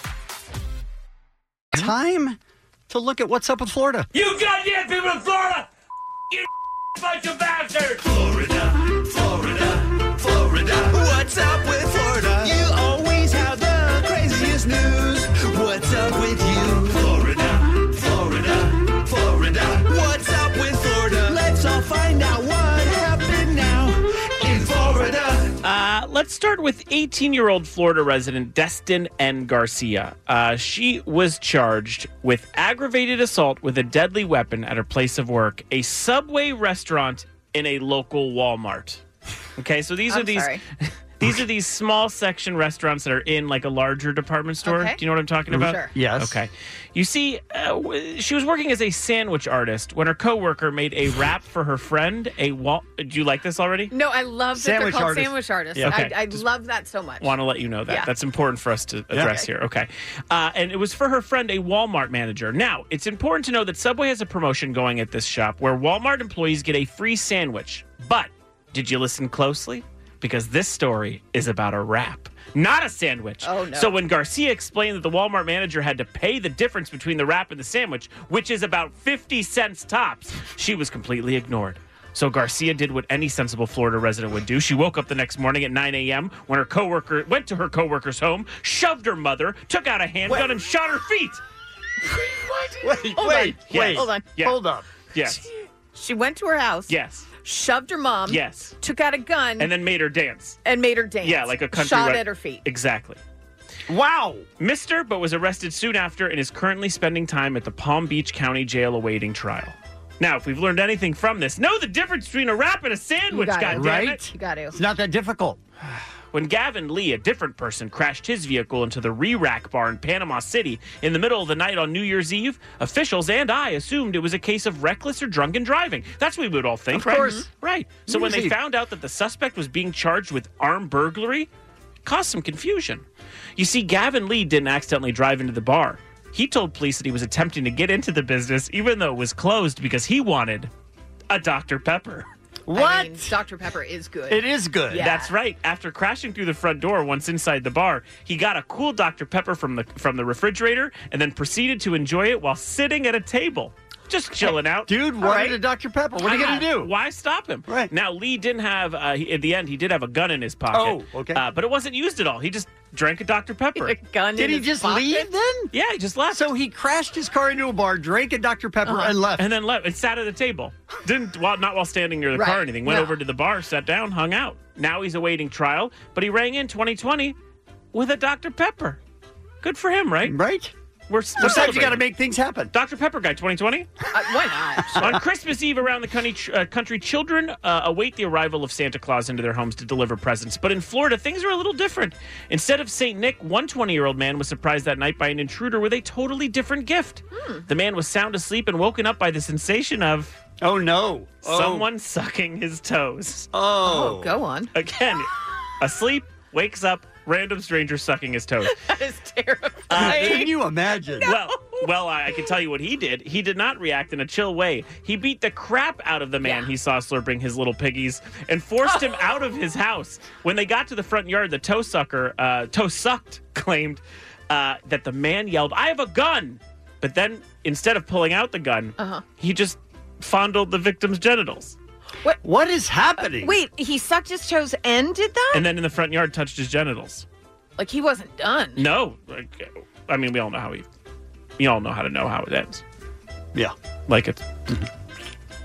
Time to look at what's up with Florida. You goddamn people in Florida! You <laughs> bunch of bastards! Florida, Florida, Florida. What's up with Florida? You always have the craziest news. What's up with you? Florida, Florida, Florida. What's up with Florida? Let's all find out what happened now in Florida. Uh, let's start with 18 year old Florida resident Destin N. Garcia. Uh, she was charged with aggravated assault with a deadly weapon at her place of work, a subway restaurant in a local Walmart. Okay, so these I'm are these. sorry. <laughs> These are these small section restaurants that are in like a larger department store. Okay. Do you know what I'm talking Mhm. about? Sure. Yes. Okay. You see, uh, w- she was working as a sandwich artist when her coworker made a wrap for her friend. A wall. Do you like this already? No, I love that they're Sandwich called artist. sandwich artists. Yeah. Okay. I, I love that so much. Want to let you know that. Yeah. That's important for us to address here. Okay. Uh, and it was for her friend, a Walmart manager. Now, it's important to know that Subway has a promotion going at this shop where Walmart employees get a free sandwich. But did you listen closely? Because this story is about a wrap, not a sandwich. Oh, no. So when Garcia explained that the Walmart manager had to pay the difference between the wrap and the sandwich, which is about 50 cents tops, she was completely ignored. So Garcia did what any sensible Florida resident would do. She woke up the next morning at 9 a.m. when her coworker went to her coworker's home, shoved her mother, took out a handgun, and shot her feet. Wait, Hold wait, on. wait. Hold on. Yeah. Hold on. Yes. She went to her house. Yes. Shoved her mom. Yes. Took out a gun And then made her dance. and made her dance. Yeah, like a country Shot reg- at her feet. Exactly. Wow. Mister, but was arrested soon after and is currently spending time at the Palm Beach County Jail awaiting trial. Now, if we've learned anything from this, know the difference between a wrap and a sandwich, you got goddammit. it. You got to. not that difficult. When Gavin Lee, a different person, crashed his vehicle into the re-rack bar in Panama City in the middle of the night on New Year's Eve, officials and I assumed it was a case of reckless or drunken driving. That's what we would all think, Of right? Mm-hmm. course. Right. So New when Year's they Eve. found out that the suspect was being charged with armed burglary, it caused some confusion. You see, Gavin Lee didn't accidentally drive into the bar. He told police that he was attempting to get into the business, even though it was closed, because he wanted a Dr. Pepper. <laughs> What? I mean, Dr. Pepper is good. Yeah. That's right. After crashing through the front door once inside the bar, he got a cool Dr. Pepper from the from the refrigerator and then proceeded to enjoy it while sitting at a table. Just chilling out. Dude, wanted a Dr. Pepper. What are you gonna do? Why stop him? Right. Now, Lee didn't have, uh, he, at the end, he did have a gun in his pocket. Oh, okay. Uh, but it wasn't used at all. He just drank a Dr. Pepper. <laughs> A gun Did in he his just pocket? leave then? Yeah, he just left. So he crashed his car into a bar, drank a Dr. Pepper, Uh-huh. and left. And then left. And sat at a table. Didn't while not while standing near the Right. car or anything. Went No. over to the bar, sat down, hung out. Now he's awaiting trial, but he rang in 2020 with a Dr. Pepper. Good for him, right? Right. We're Sometimes you got to celebrating. make things happen. Uh, Dr. Pepper guy 2020. why <laughs> On Christmas Eve around the country, uh, country children uh, await the arrival of Santa Claus into their homes to deliver presents. But in Florida, things are a little different. Instead of St. Nick, one 20 year old man was surprised that night by an intruder with a totally different gift. The man was sound asleep and woken up by the sensation of. Oh, no. Oh. Someone sucking his toes. Oh, go on. <laughs> Again, asleep, wakes up, random stranger sucking his toes. <laughs> That is terrible. <laughs> Can you imagine? Well, well, I, I can tell you what he did. He did not react in a chill way. He beat the crap out of the man he saw slurping his little piggies and forced <laughs> him out of his house. When they got to the front yard, the toe sucker, uh, toe sucked, <laughs> claimed uh, that the man yelled, "I have a gun!" But then, instead of pulling out the gun, Uh-huh. he just fondled the victim's genitals. What? What is happening? Wait, he sucked his toes and did that? And then in the front yard, touched his genitals. Like he wasn't done. No, like, I mean, we all know how he. We all know how to know how it ends. Yeah, like it's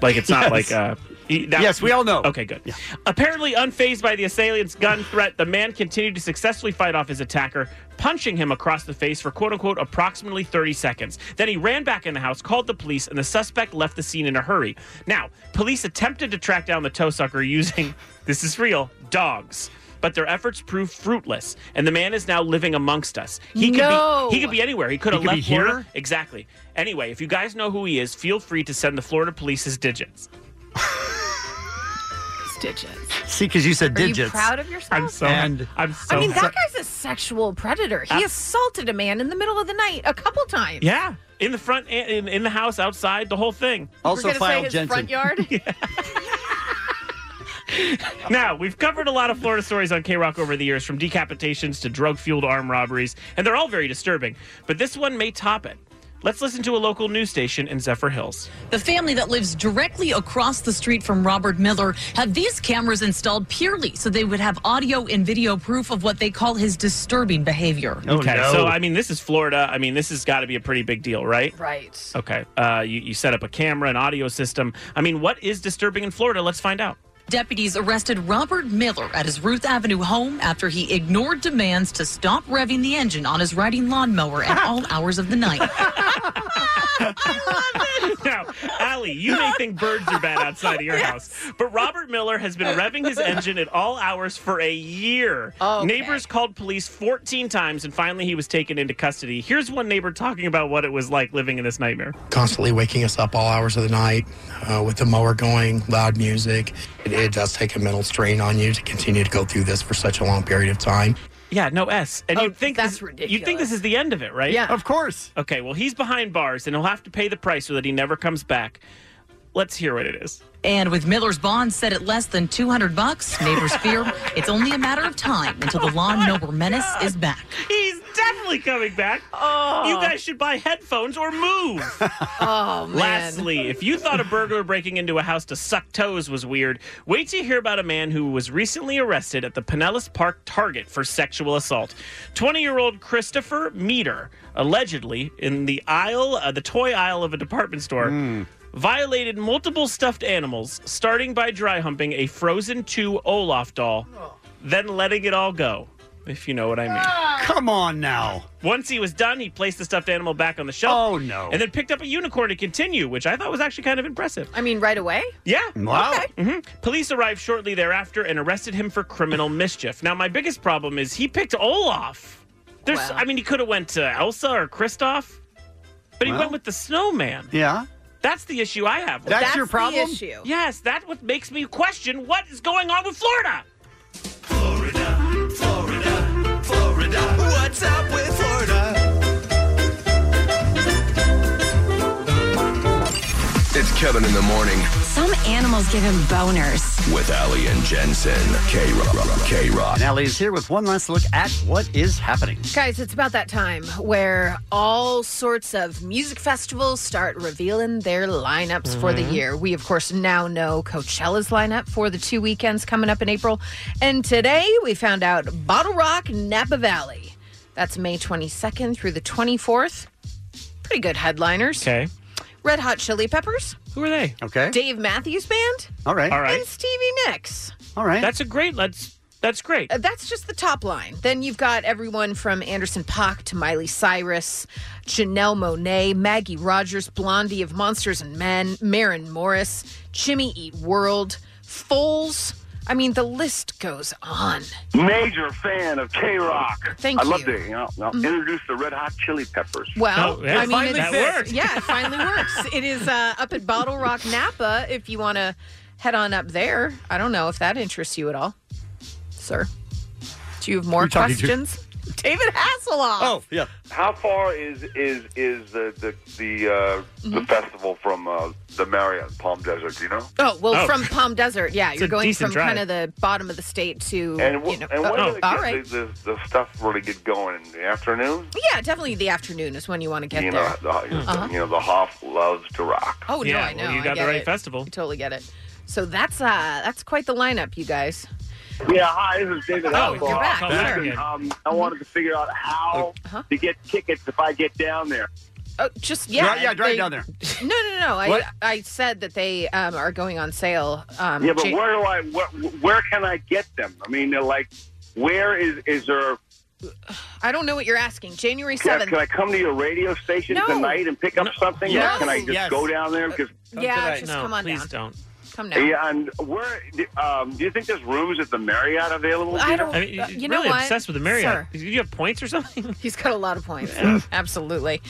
like it's not Yes. like uh. he- Yes, we all know. Okay, good. Apparently unfazed by the assailant's gun threat, the man continued to successfully fight off his attacker, punching him across the face for quote unquote approximately 30 seconds. Then he ran back in the house, called the police, and the suspect left the scene in a hurry. Now, police attempted to track down the toe sucker using <laughs> this is real dogs. But their efforts proved fruitless, and the man is now living amongst us. He could No. be he could be anywhere. He could He have could be left Florida. here? Exactly. Anyway, if you guys know who he is, feel free to send the Florida police his digits. digits. See, because you said Are you digits. proud of yourself? I'm so. And- <laughs> I'm so. I mean, that guy's a sexual predator. He Uh, assaulted a man in the middle of the night a couple times. yeah, in the front, in, in the house, outside, the whole thing. We're gonna say his front yard. <laughs> Now, we've covered a lot of Florida stories on K Rock over the years, from decapitations to drug fueled armed robberies, and they're all very disturbing. But this one may top it. Let's listen to a local news station in Zephyr Hills. <laughs> The family that lives directly across the street from Robert Miller had these cameras installed purely so they would have audio and video proof of what they call his disturbing behavior. okay, so I mean, this is Florida. I mean, this has got to be a pretty big deal, right? Right. Okay. Uh, you, you set up a camera, an audio system. I mean, what is disturbing in Florida? Let's find out. Deputies arrested Robert Miller at his Ruth Avenue home after he ignored demands to stop revving the engine on his riding lawnmower at all hours of the night. now, Allie, you may think birds are bad outside of your house, but Robert Miller has been revving his engine at all hours for a year. Neighbors called police 14 times, and finally he was taken into custody. Here's one neighbor talking about what it was like living in this nightmare. constantly waking us up all hours of the night uh, with the mower going, loud music. It, it does take a mental strain on you to continue to go through this for such a long period of time. Yeah, no S. And you'd think Oh, that's ridiculous. You'd think this is the end of it, right? Yeah, of course. Okay, well he's behind bars, and he'll have to pay the price so that he never comes back. Let's hear what it is. And with Miller's bond set at less than <laughs> 200 bucks, neighbors fear it's only a matter of time until the lawnmower menace is back. Oh He's definitely coming back. Oh. You guys should buy headphones or move. <laughs> Oh, man. Lastly, if you thought a burglar breaking into a house to suck toes was weird, wait to hear about a man who was recently arrested at the Pinellas Park Target for sexual assault. 20 year old Christopher Meter, allegedly in the aisle, uh, the toy aisle of a department store, violated multiple stuffed animals, starting by dry humping a Frozen 2 Olaf doll, then letting it all go. If you know what I mean. Come on now. Once he was done, he placed the stuffed animal back on the shelf. Oh, no. And then picked up a unicorn to continue, which I thought was actually kind of impressive. I mean, right away? Yeah. Wow. hmm Police arrived shortly thereafter and arrested him for criminal mischief. Now, my biggest problem is he picked Olaf. There's, I mean, he could have went to Elsa or Kristoff, but he Well. went with the snowman. Yeah. That's the issue I have. with That's it. your That's the problem? issue. Yes, that's what makes me question what is going on with Florida. Florida. What's up with Florida? It's Kevin in the morning Some animals give him boners. with Ali and Jensen. K Rock. K Rock. And Ellie is here with one last look at what is happening. Guys, it's about that time where all sorts of music festivals start revealing their lineups for the Mm-hmm. Mhm. year. We, of course, now know Coachella's lineup for the two weekends coming up in April. And today we found out Bottle Rock Napa Valley. That's May 22nd through the 24th. Pretty good headliners. Okay. Red Hot Chili Peppers. Who are they? Okay. Dave Matthews Band. All right. All right. And Stevie Nicks. All right. That's a great. Let's. That's great. Uh, that's just the top line. Then you've got everyone from Anderson Pock to Miley Cyrus, Janelle Monet, Maggie Rogers, Blondie of Monsters and Men, Marin Morris, Jimmy Eat World, Foles. I mean, the list goes on. Major fan of K Rock. Thank I love you. Mm-hmm. to you know, no, introduce the Red Hot Chili Peppers. Well, I mean, it's, <laughs> yeah, it finally works. It is uh, up at Bottle Rock Napa. If you want to head on up there, I don't know if that interests you at all, sir. Do you have more Who you talking to? questions? David Hasselhoff. Oh, yeah. How far is is is the the the, uh, the Mhm. festival from uh, the Marriott Palm Desert? Do you know? Oh well, from Palm Desert, yeah, It's you're a going decent from drive. kind of the bottom of the state to And, wh- you know. and when oh, do all the, right, the, the, the stuff really get going in the afternoon? yeah, definitely the afternoon is when you want to get you there. know, the, Uh-huh. you know, the Hoff loves to rock. Oh no, I know. I get it. I totally get it. So that's uh that's quite the lineup, you guys. Yeah, hi, this is David. Oh, Hasselhoff. you're back. Oh, Listen, Sure. um, I wanted to figure out how to get tickets if I get down there. Oh, just yeah, Dri- yeah, drive they- down there. <laughs> No, no, no. I What? I said that they um, are going on sale. Um, yeah, but Jan- where do I? Where, where can I get them? I mean, they're like, where is is there? I don't know what you're asking. January Can, seventh. can I come to your radio station No. tonight and pick up something? No. Or Can I just Yes. Uh, go down there? Because yeah, just come on down. don't. Come down. Yeah, and where? Um, do you think there's rooms at the Marriott available? I don't. I mean, uh, he's you know really what? obsessed with the Marriott. Sir. Do you have points or something? He's got a lot <laughs> of points. Absolutely.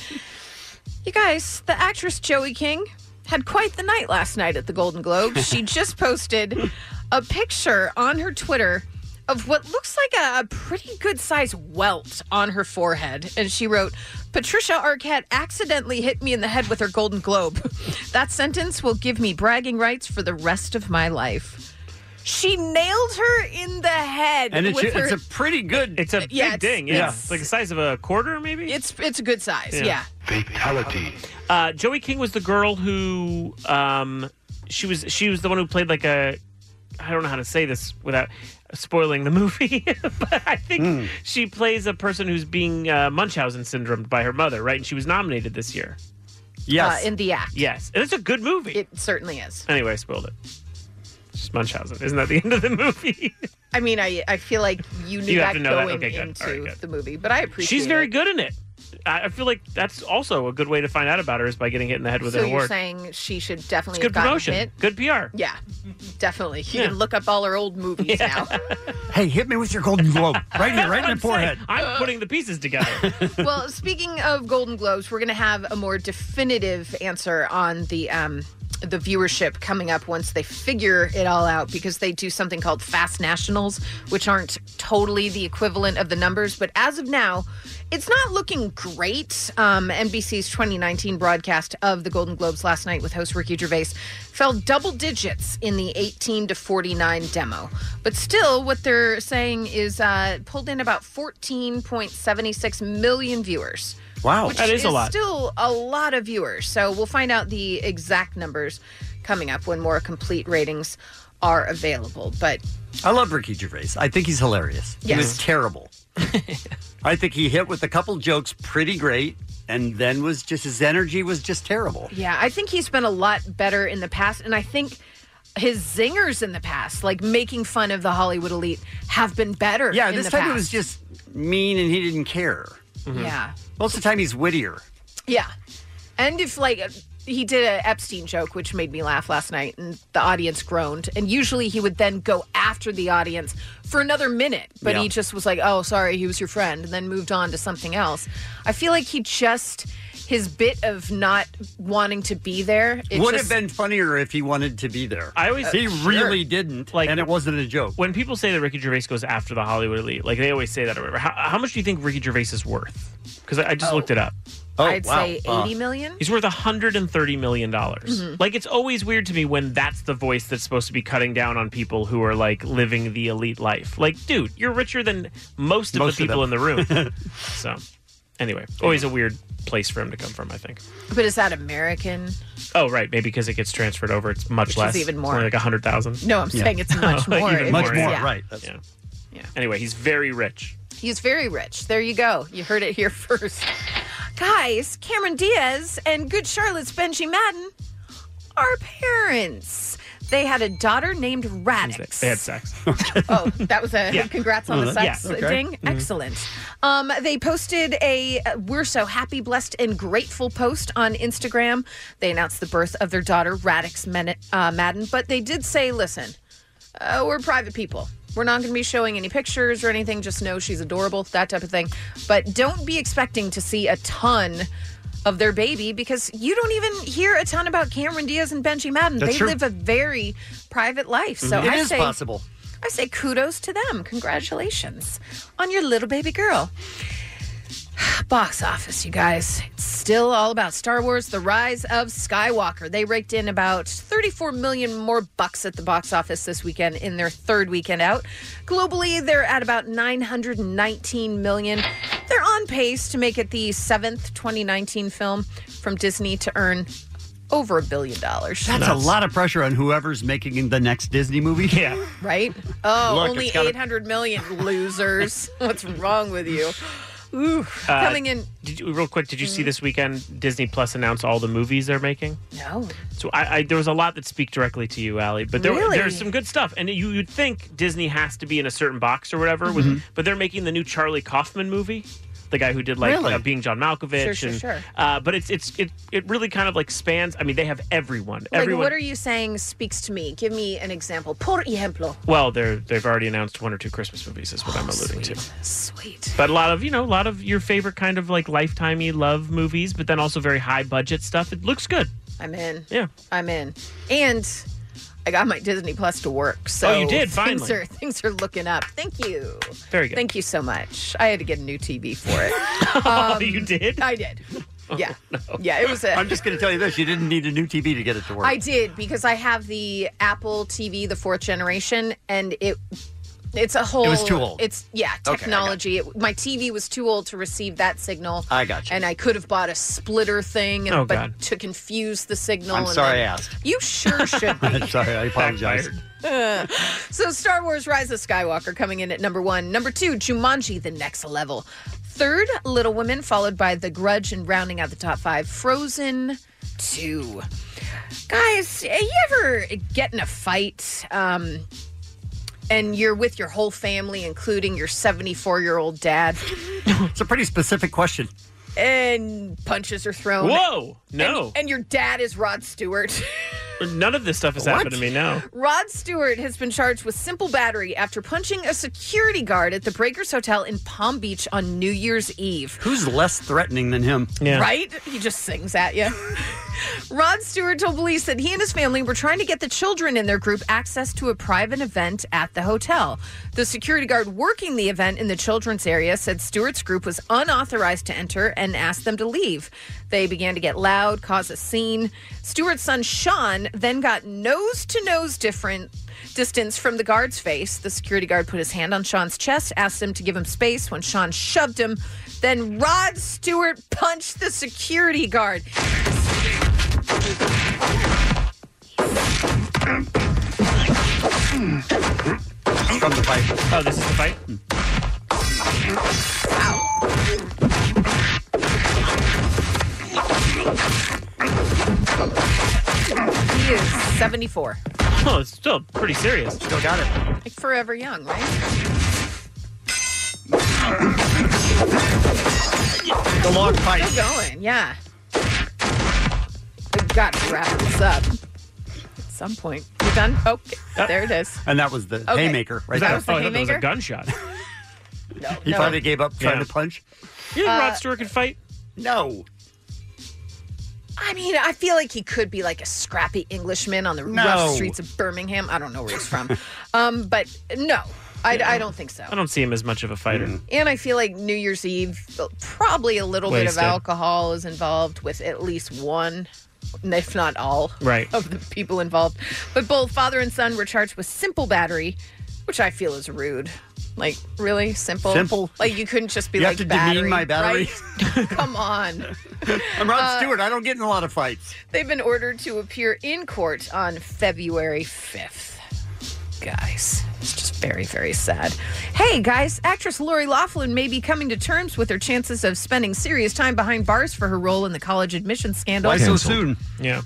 You guys, the actress Joey King had quite the night last night at the Golden <laughs> Globes. she just posted a picture on her Twitter of what looks like a, a pretty good size welt on her forehead. And she wrote, Patricia Arquette accidentally hit me in the head with her Golden Globe. <laughs> that sentence will give me bragging rights for the rest of my life. She nailed her in the head. And it's- with her- it's a pretty good. It's a Yeah, big it's- ding. Yeah, it's- it's like the size of a quarter, maybe. It's it's a good size. Yeah. Yeah. Fatality. Uh, Joey King was the girl who, um, she was she was the one who played like a, I don't know how to say this without spoiling the movie, <laughs> but I think she plays a person who's being uh, Munchausen syndromed by her mother, right? And she was nominated this year. Uh, in the act. yes, and it's a good movie. It certainly is. Anyway, I spoiled it. Just Munchausen. Isn't that the end of the <laughs> movie? I mean, I I feel like you knew You have that to know that. going Okay, good. into All right, good. the movie, but I appreciate. She's very it. good in it. I I feel like that's also a good way to find out about her is by getting hit in the head with so an you're award. saying she should It's definitely good have gotten promotion. hit? Good PR. Yeah, definitely. You Yeah. can look up all her old movies <laughs> Hey, hit me with your golden globe. Right here, <laughs> right in the I'm saying. forehead. I'm putting the pieces together. <laughs> now. well, speaking of Golden Globes, we're going to have a more definitive answer on the um the viewership coming up once they figure it all out because they do something called Fast Nationals, which aren't totally the equivalent of the numbers, but as of now, It's not looking great. Um, NBC's 2019 broadcast of the Golden Globes last night with host Ricky Gervais fell double digits in the 18 to 49 demo. But still, what they're saying is uh, pulled in about 14.76 million viewers. Wow, which that is a lot. Still a lot of viewers. So we'll find out the exact numbers coming up when more complete ratings are available. But I love Ricky Gervais. I think he's hilarious. He Yes. was <laughs> terrible. I think he hit with a couple jokes pretty great, and then was just his energy was just terrible. Yeah, I think he's been a lot better in the past, and I think his zingers in the past, like making fun of the Hollywood elite, have been better. Yeah, in this the time past. Mm-hmm. it was just mean, and he didn't care. Yeah. Most of the time, he's wittier. yeah, and if like he did a Epstein joke, which made me laugh last night, and the audience groaned, and usually he would then go after the audience for another minute, but Yeah. he just was like, "Oh, sorry, he was your friend," and then moved on to something else. I feel like he just his bit of not wanting to be there it Would just- have been funnier if he wanted to be there. I always he really didn't, like, and it wasn't a joke. When people say that Ricky Gervais goes after the Hollywood elite, like they always say that. Or whatever. How, how much do you think Ricky Gervais is worth? Because I, I Oh. just looked it up. I'd say Uh, eighty million. He's worth 130 million dollars. Mhm. Like it's always weird to me when that's the voice that's supposed to be cutting down on people who are like living the elite life. Like, dude, you're richer than most of Most of the people them. in the <laughs> room. so, anyway, always a weird place for him to come from. I think. But is that American? Oh, right, maybe because it gets transferred over, it's much Which is less. even It's more. only like 100,000. No, I'm saying it's <laughs> much more. even It's- more, Much more, yeah. right. Yeah. Anyway, he's very rich. He's very rich. There you go. You heard it here <laughs> first. Guys, Cameron Diaz and Good Charlotte's Benji Madden are parents. They had a daughter named Radix. They had <laughs> sex. Uh, Oh, that was a Yeah. congrats on the Oh, sex yeah, okay. ding. Mhm. Mm-hmm. Excellent. Um, they posted a uh, "We're so happy, blessed, and grateful" post on Instagram. They announced the birth of their daughter Radix Men- uh, Madden, but they did say, "Listen, uh, we're private people. We're not going to be showing any pictures or anything. Just know she's adorable, that type of thing. But don't be expecting to see a ton." Of their baby because you don't even hear a ton about Cameron Diaz and Benji Madden. That's they true. Mm-hmm. live a very private life. So it I is say, possible. I say kudos to them. Congratulations on your little baby girl. <sighs> Box office, you guys. It's still all about Star Wars The Rise of Skywalker. They raked in about 34 million more bucks at the box office this weekend in their third weekend out. Globally, they're at about 919 million. They're on pace to make it the seventh 2019 film from Disney to earn over a billion dollars. That's a lot of pressure on whoever's making the next Disney movie. Yeah. right? Oh, Look, only it's gotta- eight hundred million <laughs> losers. What's wrong with you? Ooh, Uh, coming in. Did you, real quick, did you see this weekend Disney Plus announce all the movies they're making? No. So I, I there was a lot that speak directly to you, Allie, but there Really? there's some good stuff, and you you'd think Disney has to be in a certain box or whatever, Mm-hmm. with, but they're making the new Charlie Kaufman movie. The guy who did like Really? uh, being John Malkovich, Sure, sure, and sure. Uh, but it's it's it, it really kind of like spans. I mean, they have everyone. Like, everyone. what are you saying speaks to me? Give me an example. Por ejemplo. well, they're they've already announced one or two Christmas movies. Is what I'm alluding to. Sweet. But a lot of you know a lot of your favorite kind of like lifetimey love movies, but then also very high budget stuff. It looks good. I'm in. Yeah. I'm in. And I got my Disney Plus to work. So Oh, you did, Things finally. are, things are looking up. Thank you. Very good. Thank you so much. I had to get a new TV for it. <laughs> Um, Oh, you did? I did. <laughs> Yeah. Yeah, it was a. Oh, I'm just going to tell you this: you didn't need a new TV to get it to work. <laughs> I <laughs> did because I have the Apple TV, the fourth generation, and it it's a whole. too old. It's yeah, Okay, I got technology. It, my TV was too old to receive that signal. I got you. And I could have bought a splitter thing, Oh, but God. to confuse the signal. I'm and sorry I then- asked. <laughs> You sure should. I'm sorry, I apologize. Uh, so Star Wars Rise of Skywalker coming in at number one. Number two, Jumanji, the next level. Third, Little Women, followed by The Grudge and rounding out the top five, Frozen 2. Guys, eh, you ever get in a fight um, and you're with your whole family, including your 74 year old dad, <laughs> It's a pretty specific question. and punches are thrown? Whoa, no. And, and your dad is Rod Stewart. <laughs> None of this stuff has happened to me. No. Rod Stewart has been charged with simple battery after punching a security guard at the Breakers Hotel in Palm Beach on New Year's Eve. Who's less threatening than him? Right? He just sings at you. Rod Stewart told police that he and his family were trying to get the children in their group access to a private event at the hotel. The security guard working the event in the children's area said Stewart's group was unauthorized to enter and asked them to leave. They began to get loud, cause a scene. Stewart's son Sean then got nose to nose different distance from the guard's face. The security guard put his hand on Sean's chest, asked him to give him space when Sean shoved him. Then Rod Stewart punched the security guard. From the fight. Oh, this is the fight? He is 74. Oh, it's still pretty serious. Still got it. Like forever young, right? The long fight. Still going, yeah. We've got to wrap this up at some point. You done? Oh, there it is. And that was the Okay. haymaker right That there. was the Oh, I thought that was a haymaker? gunshot. no, <laughs> he no. finally gave up trying Yeah. to punch. You think Uh, Rod Stewart could fight? No. I mean, I feel like he could be like a scrappy Englishman on the No. rough streets of Birmingham. I don't know Oh, where he's from. um, but no, I, I don't think so. <laughs> I don't see him as much of a fighter. And I feel like New Year's Eve, probably a little bit Wasted. of alcohol is involved with at least one, if not all, Right. of the people involved. But both father and son were charged with simple battery, which I feel is rude. Like, really? Simple? Simple? Like, you couldn't just be You have like, to demean battery. my battery? right? <laughs> Come on. <laughs> I'm Rod Uh, Stewart. I don't get in a lot of fights. They've been ordered to appear in court on February 5th. Guys, it's just very, very sad. Hey, guys, actress Lori Laughlin may be coming to terms with her chances of spending serious time behind bars for her role in the college admissions scandal. Yeah.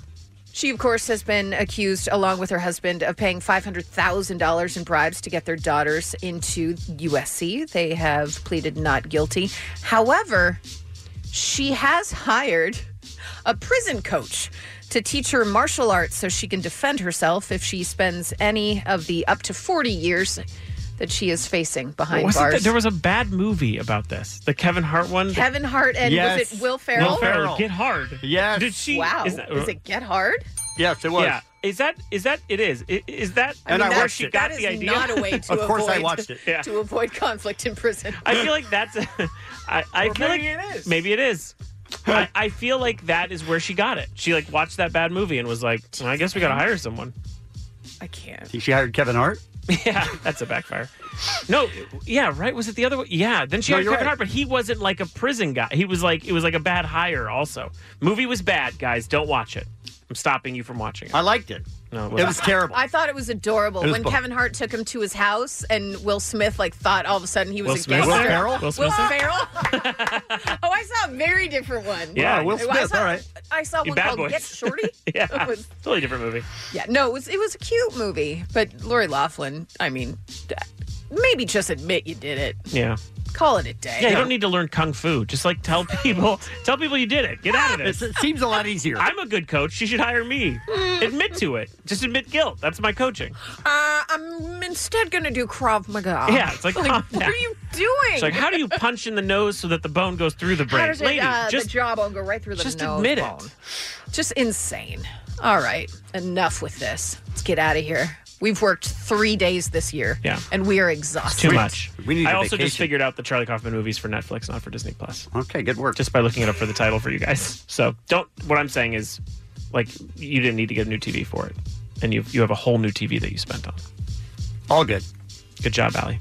She, of course, has been accused, along with her husband, of paying $500,000 in bribes to get their daughters into USC. They have pleaded not guilty. However, she has hired a prison coach to teach her martial arts so she can defend herself if she spends any of the up to 40 years that she is facing behind Wasn't bars. there- there was a bad movie about this. The Kevin Hart one. Kevin Hart and was it Will Ferrell? Will Ferrell. Get Hard. Yes. Did she? Wow. Is, that, uh, is it Get Hard? Yes, it was. Yeah. Is that? Is that? It is. I- Is that? I mean, where that- she got that the is idea? not <laughs> a way to avoid, Yeah. to avoid conflict in prison. I feel like that's. A, I, I Or feel maybe like it is. maybe it <laughs> is. I, I feel like that is where she got it. She like watched that bad movie and was like, "Well, I guess we gotta hire <laughs> someone. I can't. She hired Kevin Hart. Yeah, <laughs> that's a backfire. No, yeah, right. Was it the other one? Yeah. Then she No, hired you're Kevin right. Hart, but he wasn't like a prison guy. He was like it was like a bad hire. Also, movie was bad, guys. Don't watch it. I'm stopping you from watching <laughs> it. I liked it. No, It was terrible. I thought it was adorable It was when bu- Kevin Hart took him to his house, and Will Smith like thought all of a sudden he was Will a Smith? gangster. Will Ferrell? Will Smith? <laughs> Ferrell? <laughs> oh, I saw a very different one. Yeah, Wow, Will I Smith, saw, all right. I saw You one bad called boys. Get Shorty. <laughs> yeah, It was- totally different movie. yeah, no, it was it was a cute movie, but Lori Laughlin. I mean, d- maybe just admit you did it. Yeah. Call it a day. Yeah, you don't need to learn kung fu. Just like <laughs> tell people, tell people you did it. Get out of this. It seems a lot easier. I'm a good coach. She should hire me. admit to it. Just admit guilt. That's my coaching. Hmm. Uh, I'm instead going to do Krav Maga. Yeah, it's like, calm what down. are you doing? It's like, how do you punch in the nose so that the bone goes through the How brain, does it, lady? uh, just the jawbone go right through the just nose admit bone? it. Just insane. All right, enough with this. Let's get out of here. We've worked three days this year, Yeah. and we are exhausted. Too much. We need I a also just vacation. figured out the Charlie Kaufman movies for Netflix, not for Disney Plus. Okay, good work. Just by looking it up for the title for you guys. <laughs> So don't. What I'm saying is, like, you didn't need to get a new TV for it, and you you have a whole new TV that you spent on. All good. Mm-hmm. Good job, Allie.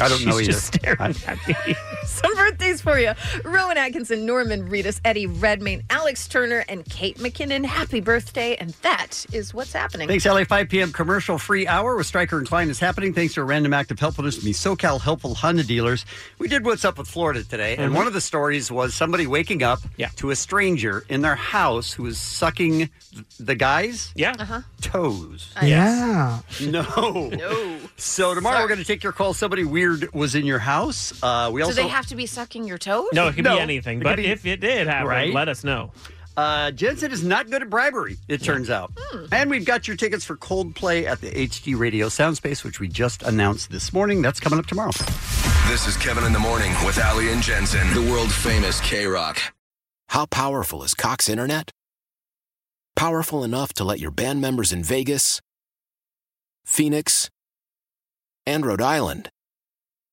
I don't <laughs> know She's either. just staring at me. <laughs> Some birthdays for you: Rowan Atkinson, Norman Reedus, Eddie Redmayne, Alex Turner, and Kate McKinnon. Happy birthday! And that is what's happening. Thanks, LA. 5 p.m. commercial free hour with Stryker and Klein is happening. Thanks to a random act of helpfulness from the SoCal helpful Honda dealers. <laughs> We did what's up with Florida today, and Mhm. one of the stories was somebody waking up to a stranger in their house who was sucking th- the guy's yeah Uh-huh. toes. Yeah. No. <laughs> No. So tomorrow we're going to take your call. Somebody weird was in your house. Uh, we Do also they have to be sucking your toes? No, it could be anything. it But could be- if it did happen, Right. let us know. Uh, Jensen is not good at bribery, it turns out. Hmm. And we've got your tickets for Coldplay at the HD Radio Soundspace, which we just announced this morning. That's coming up tomorrow. This is Kevin in the Morning with Ali and Jensen, the world famous K Rock. How powerful is Cox Internet? Powerful enough to let your band members in Vegas, Phoenix, and Rhode Island